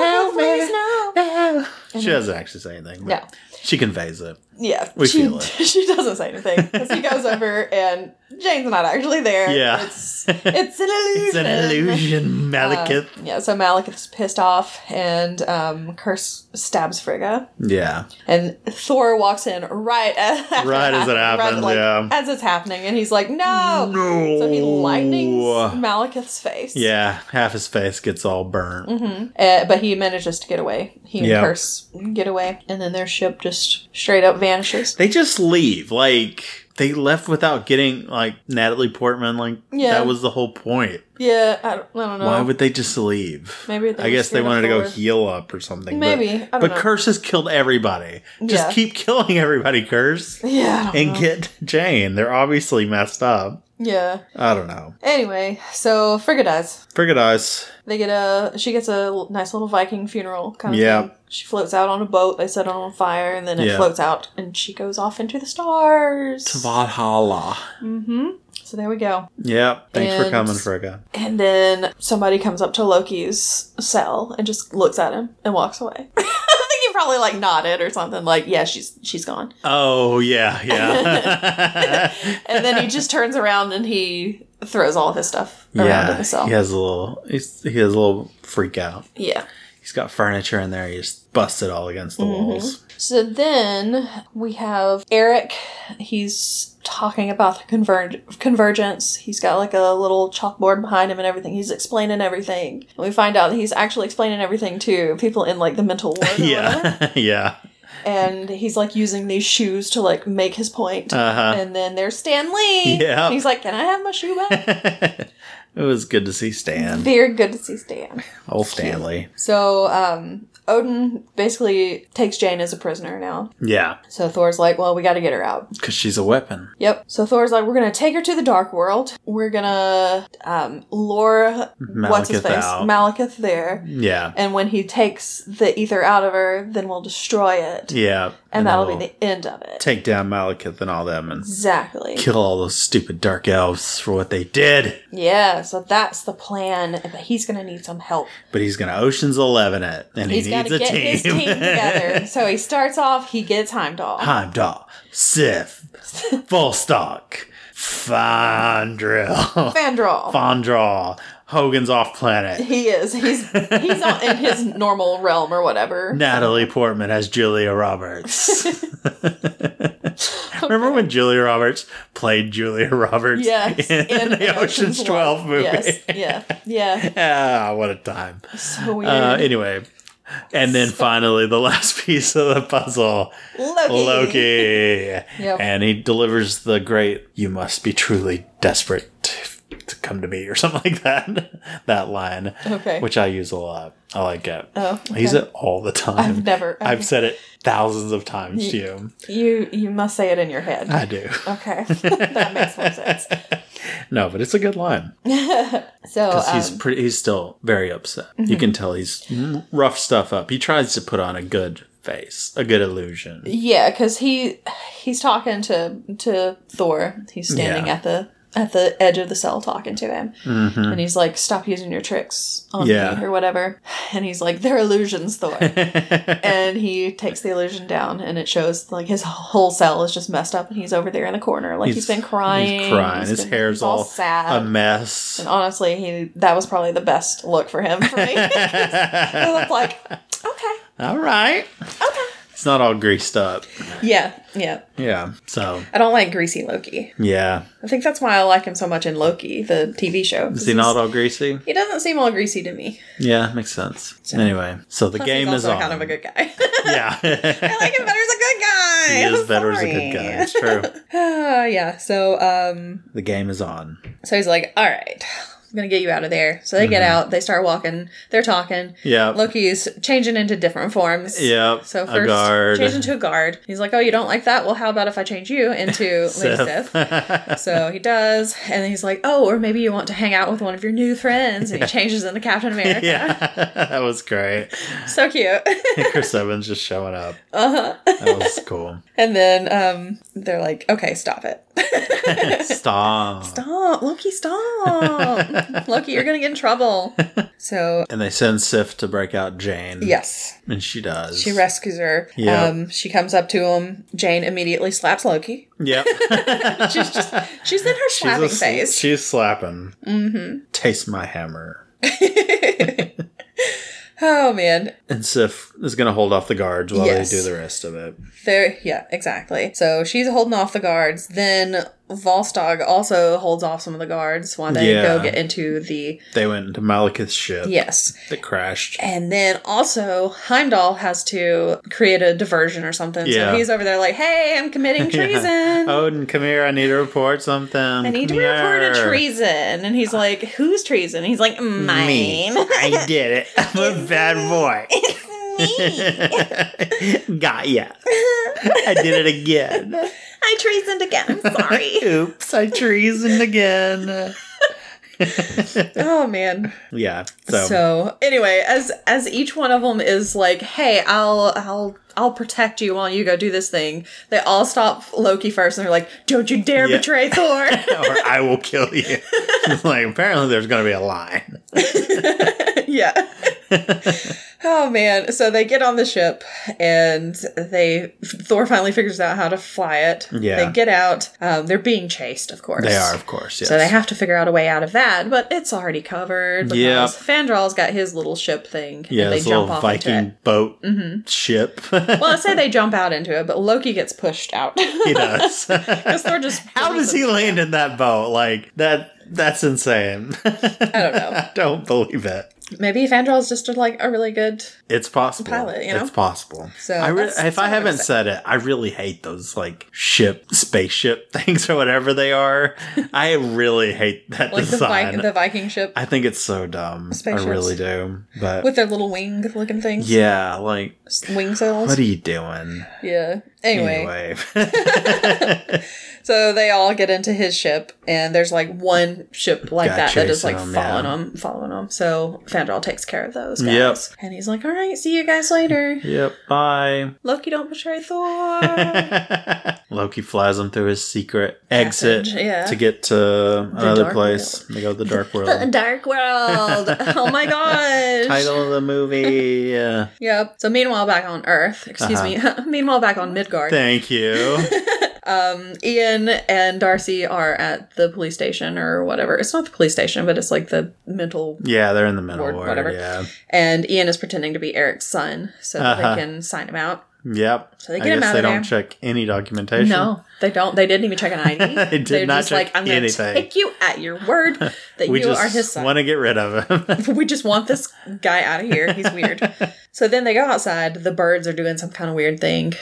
Speaker 2: oh,
Speaker 1: Help me.
Speaker 2: Malekith, please no!"
Speaker 1: She doesn't actually say anything. But
Speaker 2: No.
Speaker 1: She conveys it.
Speaker 2: Yeah,
Speaker 1: We
Speaker 2: she
Speaker 1: feel it.
Speaker 2: she doesn't say anything because he goes over and Jane's not actually there.
Speaker 1: Yeah.
Speaker 2: it's it's an illusion.
Speaker 1: It's an illusion, Malekith.
Speaker 2: Yeah, so Malekith's pissed off, and um, Curse stabs Frigga,
Speaker 1: yeah.
Speaker 2: and Thor walks in right as
Speaker 1: Right as it happens,
Speaker 2: like,
Speaker 1: yeah.
Speaker 2: as it's happening, and he's like, "No!"
Speaker 1: No.
Speaker 2: So he lightnings Malekith's face.
Speaker 1: Yeah. Half his face gets all burnt.
Speaker 2: Uh, but he manages to get away. He and
Speaker 1: Yeah.
Speaker 2: Curse get away, and then their ship just straight up vanishes.
Speaker 1: They just leave. Like, they left without getting, like, Natalie Portman. Like,
Speaker 2: Yeah.
Speaker 1: that was the whole point.
Speaker 2: Yeah, I don't, I don't know.
Speaker 1: Why would they just leave?
Speaker 2: Maybe they
Speaker 1: I guess
Speaker 2: were
Speaker 1: they
Speaker 2: scared of
Speaker 1: wanted to go
Speaker 2: Thor.
Speaker 1: heal up or something. but-
Speaker 2: Maybe. I don't
Speaker 1: But,
Speaker 2: know.
Speaker 1: Curse has killed everybody. Just
Speaker 2: Yeah. Uh-huh.
Speaker 1: keep killing everybody, Curse.
Speaker 2: yeah, I don't
Speaker 1: And
Speaker 2: know.
Speaker 1: get Jane. They're obviously messed up.
Speaker 2: yeah.
Speaker 1: I don't know.
Speaker 2: Anyway, so Frigga dies.
Speaker 1: Frigga dies.
Speaker 2: They get a she gets a l- nice little Viking funeral kind of
Speaker 1: Yeah.
Speaker 2: thing. She floats out on a boat. They set it on fire, and then it
Speaker 1: Yeah.
Speaker 2: floats out, and she goes off into the stars.
Speaker 1: Valhalla.
Speaker 2: hmm So there we go.
Speaker 1: Yeah. Thanks for
Speaker 2: And-
Speaker 1: coming, Frigga.
Speaker 2: And then somebody comes up to Loki's cell and just looks at him and walks away. I think he probably like nodded or something. Like, yeah, she's she's gone.
Speaker 1: Oh yeah, yeah.
Speaker 2: And then he just turns around and he throws all of his stuff around in the cell.
Speaker 1: he has a little. He's, he has a little freak out.
Speaker 2: yeah.
Speaker 1: He's got furniture in there. He just busts it all against the
Speaker 2: Mm-hmm.
Speaker 1: walls.
Speaker 2: So then we have Eric. He's talking about the converg- convergence. He's got like a little chalkboard behind him and everything. He's explaining everything. And we find out that he's actually explaining everything to people in like the mental ward. or whatever.
Speaker 1: Yeah, yeah.
Speaker 2: And he's like using these shoes to like make his point.
Speaker 1: Uh huh.
Speaker 2: And then there's Stan Lee.
Speaker 1: Yeah.
Speaker 2: He's like, Can I have my shoe back?
Speaker 1: It was good to see Stan.
Speaker 2: Very good to see Stan.
Speaker 1: Old Stanley.
Speaker 2: So, um, Odin basically takes Jane as a prisoner now.
Speaker 1: Yeah,
Speaker 2: So Thor's like, well, we gotta get her out.
Speaker 1: because she's a weapon.
Speaker 2: Yep. So Thor's like, we're gonna take her to the Dark World. We're gonna um, lure what's his
Speaker 1: Malekith
Speaker 2: face
Speaker 1: out.
Speaker 2: Malekith there.
Speaker 1: Yeah.
Speaker 2: And when he takes the ether out of her, then we'll destroy it,
Speaker 1: Yeah.
Speaker 2: and, that'll
Speaker 1: it'll
Speaker 2: be the end of it.
Speaker 1: Take down Malekith and all them and
Speaker 2: exactly.
Speaker 1: kill all those stupid dark elves for what they did.
Speaker 2: Yeah. So that's the plan, but he's gonna need some help.
Speaker 1: But he's going to Ocean's 11 it, and
Speaker 2: He's
Speaker 1: he
Speaker 2: got
Speaker 1: needs
Speaker 2: to
Speaker 1: a
Speaker 2: get
Speaker 1: team.
Speaker 2: his team together. so he starts off. He gets Heimdall.
Speaker 1: Heimdall, Sif, Volstock, Fondrill,
Speaker 2: Fandral.
Speaker 1: Fondral, Hogan's off planet.
Speaker 2: He is. He's he's not in his normal realm or whatever.
Speaker 1: Natalie Portman as Julia Roberts. Remember when Julia Roberts played Julia Roberts
Speaker 2: Yes.
Speaker 1: in,
Speaker 2: an
Speaker 1: the Ocean's, 12 movie?
Speaker 2: Yes. Yeah. Yeah.
Speaker 1: Ah, what a time.
Speaker 2: So weird.
Speaker 1: Uh, anyway, and then finally the last piece of the puzzle,
Speaker 2: Loki.
Speaker 1: Loki.
Speaker 2: Yep.
Speaker 1: And he delivers the great, you must be truly desperate to- to come to me or something like that. that line.
Speaker 2: Okay.
Speaker 1: Which I use a lot. I like it.
Speaker 2: Oh, okay.
Speaker 1: I use it all the time.
Speaker 2: I've never.
Speaker 1: I've said it thousands of times to you.
Speaker 2: you you must say it in your head.
Speaker 1: I do.
Speaker 2: Okay, that makes more sense.
Speaker 1: No, but it's a good line.
Speaker 2: So um, mm-hmm.
Speaker 1: he's pretty he's still very upset you can tell he's rough stuff up he tries to put on a good face a good illusion
Speaker 2: yeah, because he he's talking to to Thor. He's standing
Speaker 1: Yeah. Mm-hmm.
Speaker 2: at the at the edge of the cell talking to him, and he's like, "Stop using your tricks on
Speaker 1: Yeah.
Speaker 2: me or whatever." And he's like, "They're illusions, Thor." and he takes the illusion down, and it shows like his whole cell is just messed up, and he's over there in the corner, like he's been crying,
Speaker 1: he's crying
Speaker 2: he's
Speaker 1: his
Speaker 2: been-
Speaker 1: hair's
Speaker 2: he's
Speaker 1: all
Speaker 2: sad.
Speaker 1: a mess
Speaker 2: And honestly, he that was probably the best look for him for me. I was like, okay,
Speaker 1: all right
Speaker 2: okay.
Speaker 1: it's not all greased up
Speaker 2: Yeah, yeah.
Speaker 1: yeah so
Speaker 2: I don't like greasy Loki.
Speaker 1: yeah
Speaker 2: I think that's why I like him so much in Loki, the TV show. 'cause
Speaker 1: is he
Speaker 2: he's-
Speaker 1: not all greasy
Speaker 2: He doesn't seem all greasy to me.
Speaker 1: yeah makes sense anyway so the
Speaker 2: Plus,
Speaker 1: game
Speaker 2: he's
Speaker 1: is
Speaker 2: also
Speaker 1: on
Speaker 2: kind of a good guy.
Speaker 1: yeah
Speaker 2: I like him better as a good guy.
Speaker 1: he
Speaker 2: I'm
Speaker 1: is better as a
Speaker 2: sorry.
Speaker 1: good guy it's true
Speaker 2: Ah, yeah. So, um,
Speaker 1: the game is on
Speaker 2: so he's like, all right. I'm gonna get you out of there. So they get
Speaker 1: Mm-hmm.
Speaker 2: out. They start walking. They're talking.
Speaker 1: yeah
Speaker 2: Loki's changing into different forms.
Speaker 1: yeah
Speaker 2: So first,
Speaker 1: a guard
Speaker 2: change into a guard. He's like, "Oh, you don't like that? Well, how about if I change you into Lady
Speaker 1: Sif.
Speaker 2: Sif?" So he does, and he's like, "Oh, or maybe you want to hang out with one of your new friends." And he changes into Captain America.
Speaker 1: yeah that was great
Speaker 2: So cute.
Speaker 1: Chris Evans just showing up.
Speaker 2: uh-huh.
Speaker 1: That was cool.
Speaker 2: And then um, they're like, "Okay, stop it,
Speaker 1: Stop.
Speaker 2: stop, Loki, stop, Loki, you're gonna get in trouble." So
Speaker 1: And they send Sif to break out Jane.
Speaker 2: yes,
Speaker 1: And she does.
Speaker 2: she rescues her.
Speaker 1: Yeah.
Speaker 2: Um, she comes up to him. Jane immediately slaps Loki.
Speaker 1: Yep.
Speaker 2: She's just she's in her slapping
Speaker 1: sl-
Speaker 2: phase.
Speaker 1: She's slapping. Mm-hmm. Taste my hammer.
Speaker 2: Oh man.
Speaker 1: And Sif is going to hold off the guards while
Speaker 2: Yes.
Speaker 1: they do the rest of it.
Speaker 2: There yeah, exactly. So she's holding off the guards. Then Volstagg also holds off some of the guards while they
Speaker 1: Yeah.
Speaker 2: go get into the
Speaker 1: They went into Malekith's ship.
Speaker 2: Yes.
Speaker 1: That crashed.
Speaker 2: And then also Heimdall has to create a diversion or something.
Speaker 1: Yeah.
Speaker 2: So he's over there like, Hey, I'm committing treason.
Speaker 1: Odin, come here. I need to report something.
Speaker 2: I need to report a treason. And he's like, Whose treason? He's like, Mine.
Speaker 1: Me. I did it. I'm a bad boy. Got ya. I did it again.
Speaker 2: I treasoned again. I'm sorry.
Speaker 1: Oops, I treasoned again.
Speaker 2: oh man.
Speaker 1: Yeah. So,
Speaker 2: So. anyway, as as each one of them is like, "Hey, I'll I'll I'll protect you while you go do this thing," they all stop Loki first, and they're like, "Don't you dare
Speaker 1: Yeah.
Speaker 2: betray Thor!"
Speaker 1: or I will kill you. like apparently there's gonna be a line.
Speaker 2: yeah. oh man. So they get on the ship, and they Thor finally figures out how to fly it.
Speaker 1: Yeah.
Speaker 2: They get out. Um, they're being chased, of course.
Speaker 1: They are, of course. Yes.
Speaker 2: So they have to figure out a way out of that, but it's already covered because
Speaker 1: Yeah.
Speaker 2: Fandral's got his little ship thing.
Speaker 1: yeah,
Speaker 2: and they
Speaker 1: this little
Speaker 2: jump off into it. Mm-hmm.
Speaker 1: Viking boat ship.
Speaker 2: Well, I say they jump out into it, but Loki gets pushed out.
Speaker 1: he does.
Speaker 2: Because Thor just
Speaker 1: How does he land in that boat? Like that that's insane.
Speaker 2: I don't know.
Speaker 1: Don't believe it.
Speaker 2: Maybe Evangel's just a, like a really good.
Speaker 1: It's possible.
Speaker 2: Pilot, you know?
Speaker 1: It's possible.
Speaker 2: So
Speaker 1: I re-
Speaker 2: that's-
Speaker 1: if
Speaker 2: that's
Speaker 1: I
Speaker 2: what I'm
Speaker 1: haven't
Speaker 2: saying.
Speaker 1: said it, I really hate those like ship, spaceship things or whatever they are. I really hate that
Speaker 2: Like the,
Speaker 1: design.
Speaker 2: Vi- the Viking ship
Speaker 1: I think it's so dumb.
Speaker 2: Spaceships.
Speaker 1: I really do. But
Speaker 2: with their little wing looking things.
Speaker 1: yeah, like
Speaker 2: S- Wing sails.
Speaker 1: what are you doing?
Speaker 2: yeah. Anyway.
Speaker 1: Anyway.
Speaker 2: So they all get into his ship, and there's like one ship like
Speaker 1: Guy
Speaker 2: that that is
Speaker 1: chasing
Speaker 2: like
Speaker 1: him,
Speaker 2: following
Speaker 1: yeah.
Speaker 2: him, following him. So Fandral takes care of those guys,
Speaker 1: Yep.
Speaker 2: and he's like, "All right, see you guys later."
Speaker 1: yep. Bye.
Speaker 2: Loki, don't betray Thor.
Speaker 1: Loki flies him through his secret exit
Speaker 2: Passage, yeah.
Speaker 1: to get to another
Speaker 2: dark
Speaker 1: place. They go to the dark
Speaker 2: the
Speaker 1: world.
Speaker 2: Dark World. Oh my gosh.
Speaker 1: Title of the movie. Yeah.
Speaker 2: Yep. So meanwhile, back on Earth, excuse
Speaker 1: Uh-huh.
Speaker 2: me. meanwhile, back on Midgard.
Speaker 1: Thank you.
Speaker 2: um, Ian and Darcy are at the police station or whatever. It's not the police station, but it's like the mental.
Speaker 1: Yeah, they're in the middle
Speaker 2: Ward,
Speaker 1: ward.
Speaker 2: whatever.
Speaker 1: Yeah.
Speaker 2: And Ian is pretending to be Eric's son so that
Speaker 1: Uh-huh.
Speaker 2: they can sign him out.
Speaker 1: Yep.
Speaker 2: So they
Speaker 1: I
Speaker 2: get him
Speaker 1: guess
Speaker 2: out
Speaker 1: they
Speaker 2: of
Speaker 1: don't
Speaker 2: there.
Speaker 1: check any documentation.
Speaker 2: No, they don't. They didn't even check an ID.
Speaker 1: They did
Speaker 2: They're
Speaker 1: not
Speaker 2: just
Speaker 1: check
Speaker 2: like, I'm going to
Speaker 1: anything.
Speaker 2: take you at your word that
Speaker 1: We
Speaker 2: you
Speaker 1: just
Speaker 2: are his son.
Speaker 1: want to get rid of him.
Speaker 2: we just want this guy out of here. He's weird. so then they go outside. The birds are doing some kind of weird thing,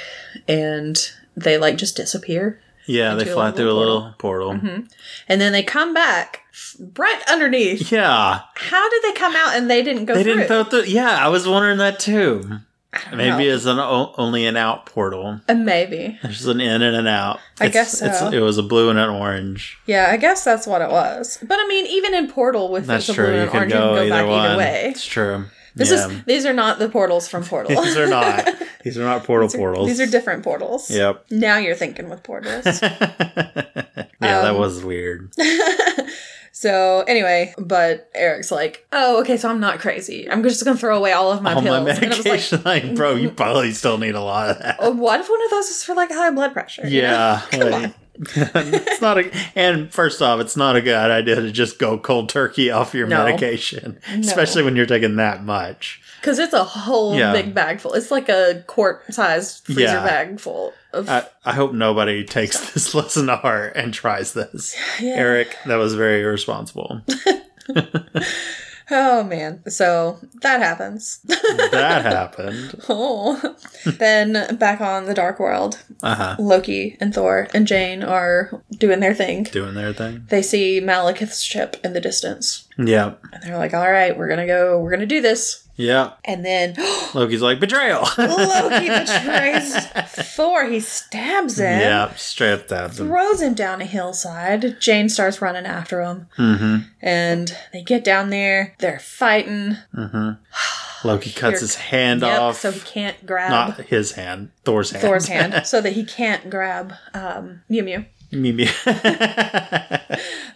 Speaker 2: and they like just disappear.
Speaker 1: yeah, they
Speaker 2: Into a
Speaker 1: fly
Speaker 2: little
Speaker 1: through a
Speaker 2: portal. Mm-hmm.
Speaker 1: little portal.
Speaker 2: And then they come back f- right underneath.
Speaker 1: Yeah.
Speaker 2: How did they come out and they didn't go?
Speaker 1: They
Speaker 2: through?
Speaker 1: didn't throw through. Yeah, I was wondering that too.
Speaker 2: I don't
Speaker 1: Maybe
Speaker 2: know.
Speaker 1: it's an o- only an out portal.
Speaker 2: Uh, maybe.
Speaker 1: There's an in and an out.
Speaker 2: I
Speaker 1: It's-
Speaker 2: guess
Speaker 1: it's-
Speaker 2: so.
Speaker 1: it was a blue and an orange.
Speaker 2: Yeah, I guess that's what it was. But I mean, even in Portal with
Speaker 1: That's
Speaker 2: the
Speaker 1: true.
Speaker 2: blue
Speaker 1: You
Speaker 2: and
Speaker 1: can
Speaker 2: orange, you
Speaker 1: go,
Speaker 2: can go
Speaker 1: either
Speaker 2: back
Speaker 1: one.
Speaker 2: either way.
Speaker 1: It's true.
Speaker 2: This
Speaker 1: yeah.
Speaker 2: is these are not the portals from Portal.
Speaker 1: these are not. These are not portal
Speaker 2: These are-
Speaker 1: portals.
Speaker 2: These are different portals.
Speaker 1: Yep.
Speaker 2: Now you're thinking with portals.
Speaker 1: yeah, that
Speaker 2: Um,
Speaker 1: was weird.
Speaker 2: so anyway, but Eric's like, "Oh, okay, so I'm not crazy. I'm just gonna throw away all of my
Speaker 1: All my
Speaker 2: pills." And I was like, "Mm-hmm."
Speaker 1: medication, like, bro, you probably still need a lot of that.
Speaker 2: "Oh, what if one of those is for like high blood pressure? you know?
Speaker 1: yeah, like, it's not a. And first off, it's not a good idea to just go cold turkey off your
Speaker 2: No.
Speaker 1: medication, especially when you're taking that much.
Speaker 2: Because it's a whole
Speaker 1: Yeah.
Speaker 2: big bag full. It's like a quart sized freezer
Speaker 1: Yeah. Uh,
Speaker 2: bag full of.
Speaker 1: I, I hope nobody takes this lesson to heart and tries this.
Speaker 2: Yeah.
Speaker 1: Eric, that was very irresponsible.
Speaker 2: oh man. So that happens.
Speaker 1: that happened.
Speaker 2: oh. then back on the dark world,
Speaker 1: Uh huh.
Speaker 2: Loki and Thor and Jane are doing their thing.
Speaker 1: Doing their thing.
Speaker 2: They see Malekith's ship in the distance.
Speaker 1: Yeah.
Speaker 2: And they're like, all right, we're going to go, we're going to do this.
Speaker 1: Yeah.
Speaker 2: And then
Speaker 1: Loki's like, betrayal.
Speaker 2: Loki betrays Thor. He stabs him,
Speaker 1: yeah. Straight up that's him.
Speaker 2: throws him down a hillside. Jane starts running after him.
Speaker 1: Mm
Speaker 2: And they get down there, they're fighting.
Speaker 1: hmm. Mm hmm. Loki cuts
Speaker 2: Here-
Speaker 1: his hand
Speaker 2: Yep,
Speaker 1: off.
Speaker 2: so he can't grab
Speaker 1: Not his hand, Thor's hand.
Speaker 2: Thor's hand, so that he can't grab um, Mew Mew,
Speaker 1: Me- me-
Speaker 2: um,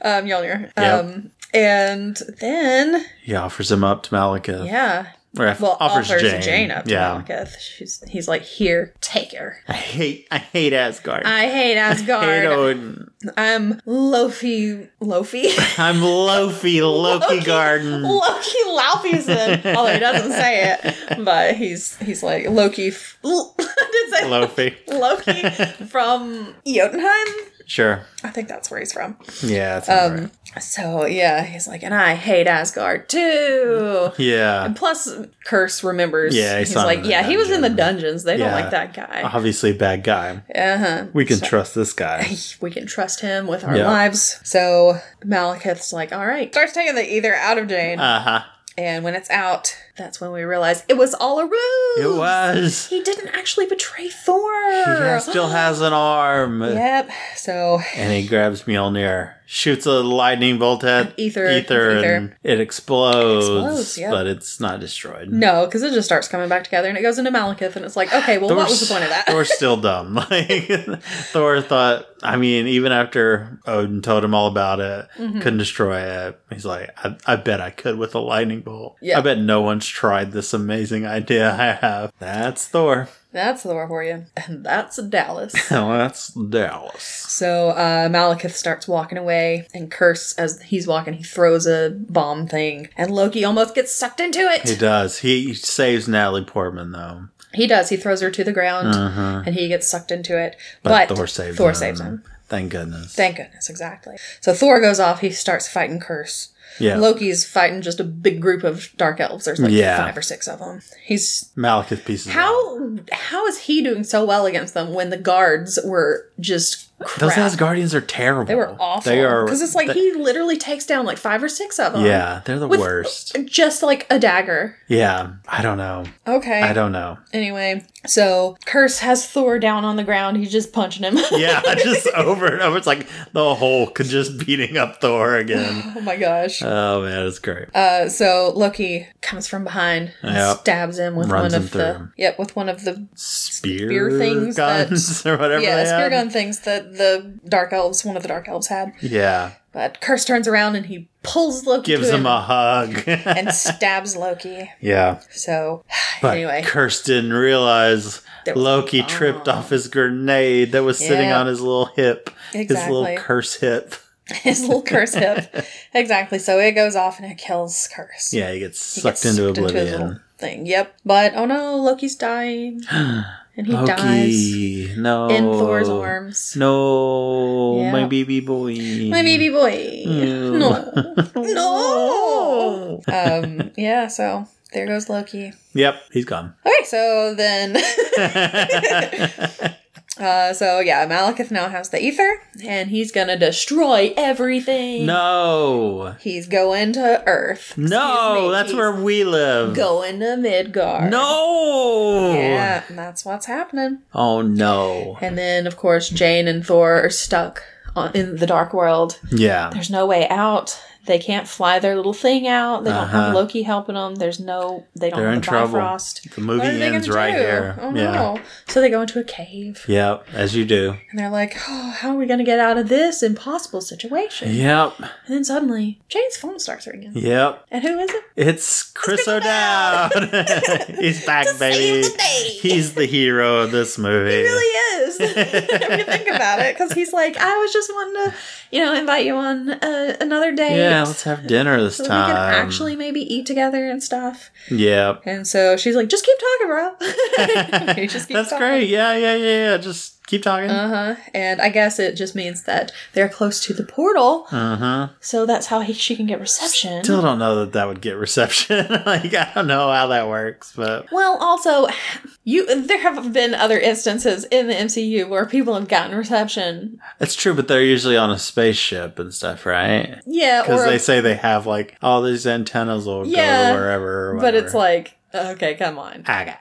Speaker 2: Mjolnir.
Speaker 1: Yep.
Speaker 2: Um, and then,
Speaker 1: he offers him up to Malekith.
Speaker 2: yeah,
Speaker 1: Or
Speaker 2: well, offers, Jane. up to
Speaker 1: yeah.
Speaker 2: Malekith. She's, he's like, here, take her.
Speaker 1: I hate I hate Asgard.
Speaker 2: I hate Asgard.
Speaker 1: hate Odin.
Speaker 2: I'm Lofi, Lofi,
Speaker 1: I'm Lofi, Loki,
Speaker 2: Loki.
Speaker 1: Garden.
Speaker 2: Loki Laufeyson. Although he doesn't say it, but he's he's like Loki. F- L- I did say
Speaker 1: Lofi.
Speaker 2: Loki from Jotunheim.
Speaker 1: Sure.
Speaker 2: I think that's where he's from.
Speaker 1: Yeah. That's
Speaker 2: Um,
Speaker 1: alright.
Speaker 2: So yeah, he's like, and I hate Asgard too.
Speaker 1: Yeah.
Speaker 2: And plus, Curse remembers.
Speaker 1: Yeah, he's
Speaker 2: he's
Speaker 1: not
Speaker 2: like,
Speaker 1: in the
Speaker 2: yeah, he was in the
Speaker 1: dungeon."
Speaker 2: dungeons. They
Speaker 1: Yeah. Uh-huh.
Speaker 2: don't like that guy.
Speaker 1: Obviously, bad guy.
Speaker 2: Uh huh.
Speaker 1: We can trust this guy.
Speaker 2: we can trust him with our
Speaker 1: Yeah.
Speaker 2: lives. So Malekith's like, all right, starts taking the ether out of Jane,
Speaker 1: Uh huh.
Speaker 2: and when it's out, that's when we realize it was all a ruse.
Speaker 1: It was.
Speaker 2: He didn't actually betray Thor.
Speaker 1: He still has an arm.
Speaker 2: Yep. So
Speaker 1: And he grabs Mjolnir, shoots a lightning bolt at
Speaker 2: Ether-
Speaker 1: ether,
Speaker 2: ether.
Speaker 1: and it explodes.
Speaker 2: Explodes, yeah.
Speaker 1: But it's not destroyed.
Speaker 2: no, because it just starts coming back together, and it goes into Malekith, and it's like, okay, well, what was the point of that?
Speaker 1: Thor's still dumb. Like Thor thought. I mean, even after Odin told him all about it,
Speaker 2: Mm-hmm.
Speaker 1: couldn't destroy it. He's like, I, I bet I could with a lightning bolt.
Speaker 2: Yeah.
Speaker 1: I bet no one's tried this amazing idea I have. That's Thor.
Speaker 2: That's Thor for you, and that's Dallas.
Speaker 1: Oh, that's Dallas.
Speaker 2: So uh, Malekith starts walking away, and Curse, as he's walking, he throws a bomb thing, and Loki almost gets sucked into it.
Speaker 1: He does. He saves Natalie Portman though.
Speaker 2: He does. He throws her to the ground,
Speaker 1: Uh-huh.
Speaker 2: and he gets sucked into it.
Speaker 1: But
Speaker 2: But,
Speaker 1: Thor saves him.
Speaker 2: saves him.
Speaker 1: Thank goodness.
Speaker 2: Thank goodness, exactly. So Thor goes off, he starts fighting Curse.
Speaker 1: yeah.
Speaker 2: Loki's fighting just a big group of dark elves. There's like
Speaker 1: Yeah.
Speaker 2: five or six of them. He's
Speaker 1: Malekith pieces. it up.
Speaker 2: how how is he doing so well against them when the guards were just
Speaker 1: Those
Speaker 2: crap?
Speaker 1: Asgardians are terrible.
Speaker 2: they were awful.
Speaker 1: They are
Speaker 2: because it's like
Speaker 1: they-
Speaker 2: he literally takes down like five or six of them.
Speaker 1: Yeah, they're the
Speaker 2: With-
Speaker 1: worst.
Speaker 2: just like a dagger.
Speaker 1: Yeah, I don't know.
Speaker 2: Okay.
Speaker 1: I don't know.
Speaker 2: Anyway, so Curse has Thor down on the ground. He's just punching him.
Speaker 1: Yeah, just over and over. It's like the Hulk just beating up Thor again.
Speaker 2: oh my gosh.
Speaker 1: Oh man, it's great.
Speaker 2: Uh, so Loki comes from behind, and
Speaker 1: Yep.
Speaker 2: stabs him with
Speaker 1: Runs
Speaker 2: one
Speaker 1: him
Speaker 2: of
Speaker 1: through
Speaker 2: the
Speaker 1: him.
Speaker 2: yep with one of the
Speaker 1: Spear,
Speaker 2: spear things that-
Speaker 1: guns or whatever.
Speaker 2: yeah
Speaker 1: they
Speaker 2: spear
Speaker 1: had.
Speaker 2: gun things that the dark elves one of the dark elves had.
Speaker 1: Yeah,
Speaker 2: But Curse turns around and he pulls Loki
Speaker 1: gives
Speaker 2: to
Speaker 1: him a hug.
Speaker 2: and stabs Loki.
Speaker 1: yeah,
Speaker 2: So
Speaker 1: but
Speaker 2: anyway,
Speaker 1: Kirst didn't realize
Speaker 2: There was a
Speaker 1: Loki tripped off his grenade that was sitting
Speaker 2: Yeah.
Speaker 1: on his little hip, his
Speaker 2: Exactly.
Speaker 1: little curse hip.
Speaker 2: his little curse hip exactly. So it goes off and it kills Curse.
Speaker 1: Yeah, he gets
Speaker 2: He gets
Speaker 1: sucked into
Speaker 2: his
Speaker 1: oblivion.
Speaker 2: little thing. Yep. But oh no, Loki's dying, and he dies
Speaker 1: Loki, no,
Speaker 2: in Thor's
Speaker 1: Oh.
Speaker 2: arms.
Speaker 1: No,
Speaker 2: Yeah.
Speaker 1: my baby boy.
Speaker 2: My baby boy.
Speaker 1: Mm.
Speaker 2: No. No. um, yeah, so there goes Loki.
Speaker 1: Yep, he's gone.
Speaker 2: Okay, so then uh so yeah, Malekith now has the ether and he's gonna destroy everything.
Speaker 1: no,
Speaker 2: He's going to Earth. Excuse
Speaker 1: no,
Speaker 2: me,
Speaker 1: that's
Speaker 2: he's
Speaker 1: where we live.
Speaker 2: going to Midgard.
Speaker 1: No.
Speaker 2: Yeah, and that's what's happening.
Speaker 1: Oh no.
Speaker 2: And then of course Jane and Thor are stuck on, in the dark world.
Speaker 1: Yeah.
Speaker 2: There's no way out. They can't fly their little thing out. They don't have
Speaker 1: Uh-huh.
Speaker 2: Loki helping them. There's no. They don't
Speaker 1: They're
Speaker 2: have
Speaker 1: in
Speaker 2: the
Speaker 1: trouble.
Speaker 2: Bifrost.
Speaker 1: The
Speaker 2: What
Speaker 1: movie
Speaker 2: are they gonna
Speaker 1: ends right
Speaker 2: do?
Speaker 1: here.
Speaker 2: Oh
Speaker 1: yeah.
Speaker 2: no! So they go into a cave
Speaker 1: Yep, as you do.
Speaker 2: and they're like, "Oh, how are we gonna get out of this impossible situation?"
Speaker 1: Yep.
Speaker 2: And then suddenly, Jane's phone starts ringing.
Speaker 1: Yep.
Speaker 2: And who is it?
Speaker 1: It's Chris O'Dowd. He's back,
Speaker 2: To
Speaker 1: baby.
Speaker 2: save the day.
Speaker 1: He's the hero of this movie.
Speaker 2: He really is. if you think about it, because he's like, "I was just wanting to, you know, invite you on uh, another date."
Speaker 1: yeah, let's have dinner this
Speaker 2: So that
Speaker 1: time.
Speaker 2: we can actually maybe eat together and stuff.
Speaker 1: Yep.
Speaker 2: And so she's like, just keep talking, bro. He just keeps
Speaker 1: That's
Speaker 2: talking.
Speaker 1: great. Yeah, yeah, yeah, yeah. Just keep talking. Uh
Speaker 2: Uh huh. And I guess it just means that they're close to the portal,
Speaker 1: huh.
Speaker 2: so that's how he, she can get reception.
Speaker 1: Uh-huh. Still don't know that that would get reception. like I don't know how that works, but
Speaker 2: well, also, you there have been other instances in the MCU where people have gotten reception.
Speaker 1: it's true. But they're usually on a spaceship and stuff, right?
Speaker 2: Yeah,
Speaker 1: Because
Speaker 2: or
Speaker 1: they say they have like all these antennas will
Speaker 2: Yeah,
Speaker 1: go to wherever. Or
Speaker 2: but it's like, okay, come on.
Speaker 1: Aga.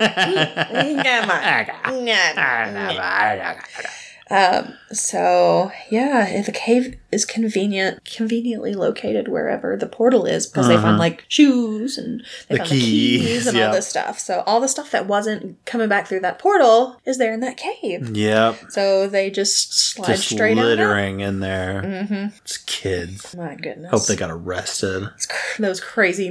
Speaker 2: Come on.
Speaker 1: Aga.
Speaker 2: Yeah.
Speaker 1: Aga.
Speaker 2: Um, so yeah, the cave is convenient, conveniently located wherever the portal is because they
Speaker 1: Uh-huh.
Speaker 2: found like shoes and they
Speaker 1: The
Speaker 2: found the keys
Speaker 1: keys,
Speaker 2: and all
Speaker 1: yeah.
Speaker 2: this stuff. So all the stuff that wasn't coming back through that portal is there in that cave.
Speaker 1: Yep.
Speaker 2: So they just slide
Speaker 1: Mm. Just
Speaker 2: straight out.
Speaker 1: littering in there.
Speaker 2: Mm-hmm.
Speaker 1: It's kids.
Speaker 2: My goodness.
Speaker 1: Hope they got arrested.
Speaker 2: It's cr- those crazy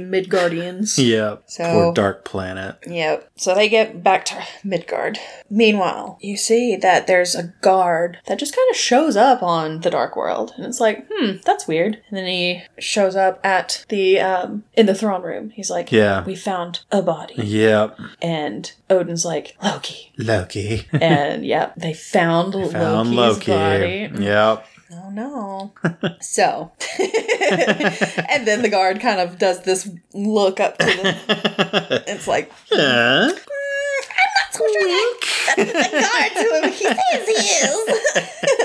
Speaker 2: Midgardians.
Speaker 1: Yep.
Speaker 2: So-
Speaker 1: Poor dark planet.
Speaker 2: Yep. So they get back to Midgard. Meanwhile, you see that there's a guard that just kind of shows up on the Dark World, and it's like, hmm, that's weird. And then he shows up at the um in the throne room. He's like,
Speaker 1: Yeah.
Speaker 2: we found a body,
Speaker 1: Yep.
Speaker 2: and Odin's like, Loki.
Speaker 1: Loki.
Speaker 2: And yeah, they found,
Speaker 1: Found
Speaker 2: Loki's
Speaker 1: Loki. Mm.
Speaker 2: body.
Speaker 1: Yep.
Speaker 2: Oh no. so, and then the guard kind of does this look up to them. It's like,
Speaker 1: Huh?
Speaker 2: not so sure that, that the guard to him. He says he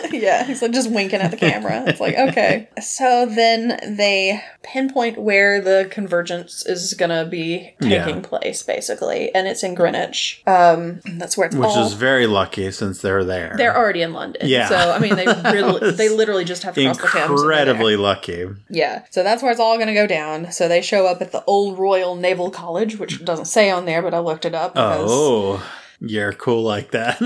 Speaker 2: is. yeah, he's like just winking at the camera. It's like, okay. So then they pinpoint where the convergence is going to be
Speaker 1: Yeah.
Speaker 2: taking place, basically. And it's in Greenwich. Um, that's where it's
Speaker 1: Which
Speaker 2: all.
Speaker 1: is very lucky since they're there.
Speaker 2: they're already in London.
Speaker 1: Yeah.
Speaker 2: So, I mean, they, really, they literally just have to cross the Thames. and they're there.
Speaker 1: incredibly lucky.
Speaker 2: Yeah. So that's where it's all going to go down. So they show up at the Old Royal Naval College, which doesn't say on there, but I looked it up. because-
Speaker 1: Oh, you're cool like that.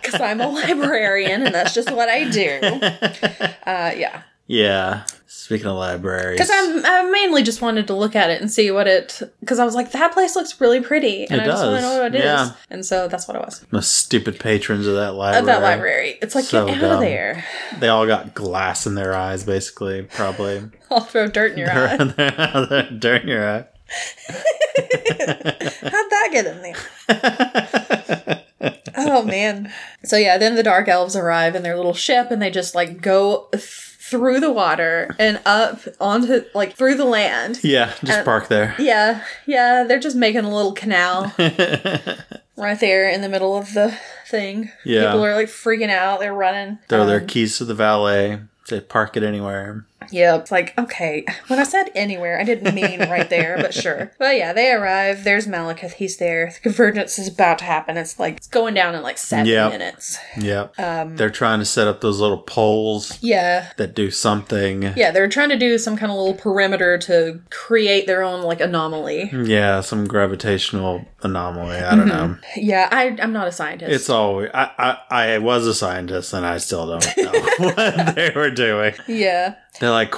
Speaker 2: because I'm a librarian and that's just what I do. Uh, yeah,
Speaker 1: yeah. Speaking of libraries,
Speaker 2: because I'm I mainly just wanted to look at it and see what it because I was like that place looks really pretty and
Speaker 1: It
Speaker 2: I just want to
Speaker 1: does,
Speaker 2: know what it is.
Speaker 1: yeah.
Speaker 2: and so that's what it was
Speaker 1: the stupid patrons of that library.
Speaker 2: of that library. It's like
Speaker 1: So
Speaker 2: get out of
Speaker 1: dumb.
Speaker 2: there.
Speaker 1: They all got glass in their eyes, basically. Probably.
Speaker 2: I'll throw dirt in your eye.
Speaker 1: During your eye.
Speaker 2: How'd that get in there? Um, man. So yeah, then the dark elves arrive in their little ship and they just like go th- through the water and up onto like through the land.
Speaker 1: Yeah, just
Speaker 2: Uh,
Speaker 1: park there.
Speaker 2: Yeah, yeah, they're just making a little canal right there in the middle of the thing.
Speaker 1: Yeah.
Speaker 2: People are like freaking out, they're running.
Speaker 1: Throw their
Speaker 2: Um,
Speaker 1: keys to the valet. Say park it anywhere.
Speaker 2: Yeah, it's like, okay. When I said anywhere, I didn't mean right there, but sure. But yeah, they arrive. There's Malekith. He's there. The convergence is about to happen. It's like, it's going down in like seven
Speaker 1: Yep.
Speaker 2: minutes.
Speaker 1: Yep.
Speaker 2: Um,
Speaker 1: They're trying to set up those little poles
Speaker 2: yeah.
Speaker 1: that do something.
Speaker 2: Yeah, they're trying to do some kind of little perimeter to create their own like anomaly.
Speaker 1: Yeah, some gravitational anomaly. I don't
Speaker 2: Mm-hmm.
Speaker 1: know.
Speaker 2: Yeah, I, I'm not a scientist.
Speaker 1: It's always I, I I was a scientist and I still don't know what they were doing.
Speaker 2: yeah.
Speaker 1: They're like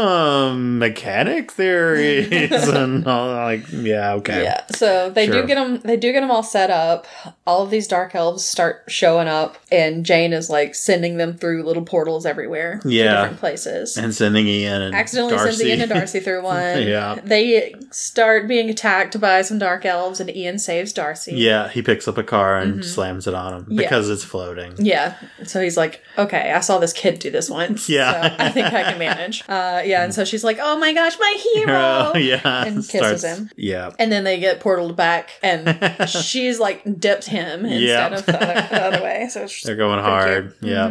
Speaker 1: quantum mechanic theories and all like yeah okay
Speaker 2: Yeah. So they
Speaker 1: Sure.
Speaker 2: do get them. They do get them all set up. All of these dark elves start showing up, and Jane is like sending them through little portals everywhere. to
Speaker 1: Yeah.
Speaker 2: different places.
Speaker 1: and sending Ian and
Speaker 2: accidentally
Speaker 1: Darcy.
Speaker 2: sends Ian and Darcy through one.
Speaker 1: Yeah.
Speaker 2: They start being attacked by some dark elves, and Ian saves Darcy.
Speaker 1: Yeah, he picks up a car and slams it on him
Speaker 2: Mm-hmm. Yeah.
Speaker 1: because it's floating.
Speaker 2: Yeah. So he's like, okay, I saw this kid do this once.
Speaker 1: Yeah.
Speaker 2: So I think I can manage. Uh, yeah. And so she's like, oh my gosh, my hero.
Speaker 1: Hero, Oh, yeah,
Speaker 2: And kisses him.
Speaker 1: Yeah,
Speaker 2: And then they get portaled back, and she's like dipped him instead
Speaker 1: Yeah.
Speaker 2: of the other, the other way. So it's just
Speaker 1: they're going
Speaker 2: pretty
Speaker 1: hard.
Speaker 2: cute.
Speaker 1: Yeah,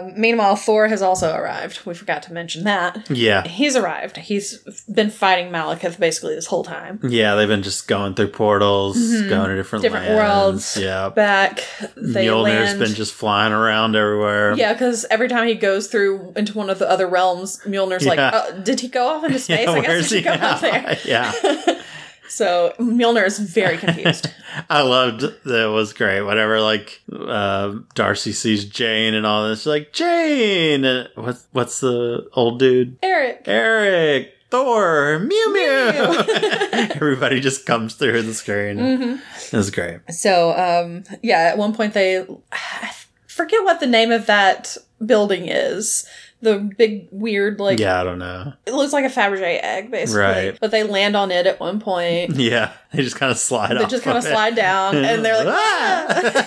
Speaker 2: Um, meanwhile, Thor has also arrived. We forgot to mention that.
Speaker 1: yeah,
Speaker 2: He's arrived. He's been fighting Malekith basically this whole time.
Speaker 1: yeah. They've been just going through portals, going to different
Speaker 2: Mm-hmm. different
Speaker 1: lands.
Speaker 2: worlds.
Speaker 1: Yeah,
Speaker 2: Back. They
Speaker 1: Mjolnir's
Speaker 2: land.
Speaker 1: been just flying around everywhere.
Speaker 2: yeah, because every time he goes through into one of the other realms, Mjolnir's like,
Speaker 1: Yeah.
Speaker 2: oh, "Did he go off into
Speaker 1: Yeah,
Speaker 2: space? I guess he should go out there."
Speaker 1: yeah,
Speaker 2: So Mjolnir is very confused.
Speaker 1: I loved that. It was great. Whenever like uh, Darcy sees Jane and all this, she's like Jane. And what's what's the old dude?
Speaker 2: Eric,
Speaker 1: Eric, Thor, Mew Mew.
Speaker 2: Mew.
Speaker 1: Everybody just comes through the screen.
Speaker 2: hmm
Speaker 1: It was great.
Speaker 2: So, um, yeah, at one point they I forget what the name of that building is. The big weird like
Speaker 1: yeah, I don't know.
Speaker 2: it looks like a Fabergé egg basically,
Speaker 1: Right.
Speaker 2: but they land on it at one point.
Speaker 1: Yeah, they just kind of slide.
Speaker 2: They
Speaker 1: off
Speaker 2: just kind of
Speaker 1: it. Ah!
Speaker 2: slide down, and they're like,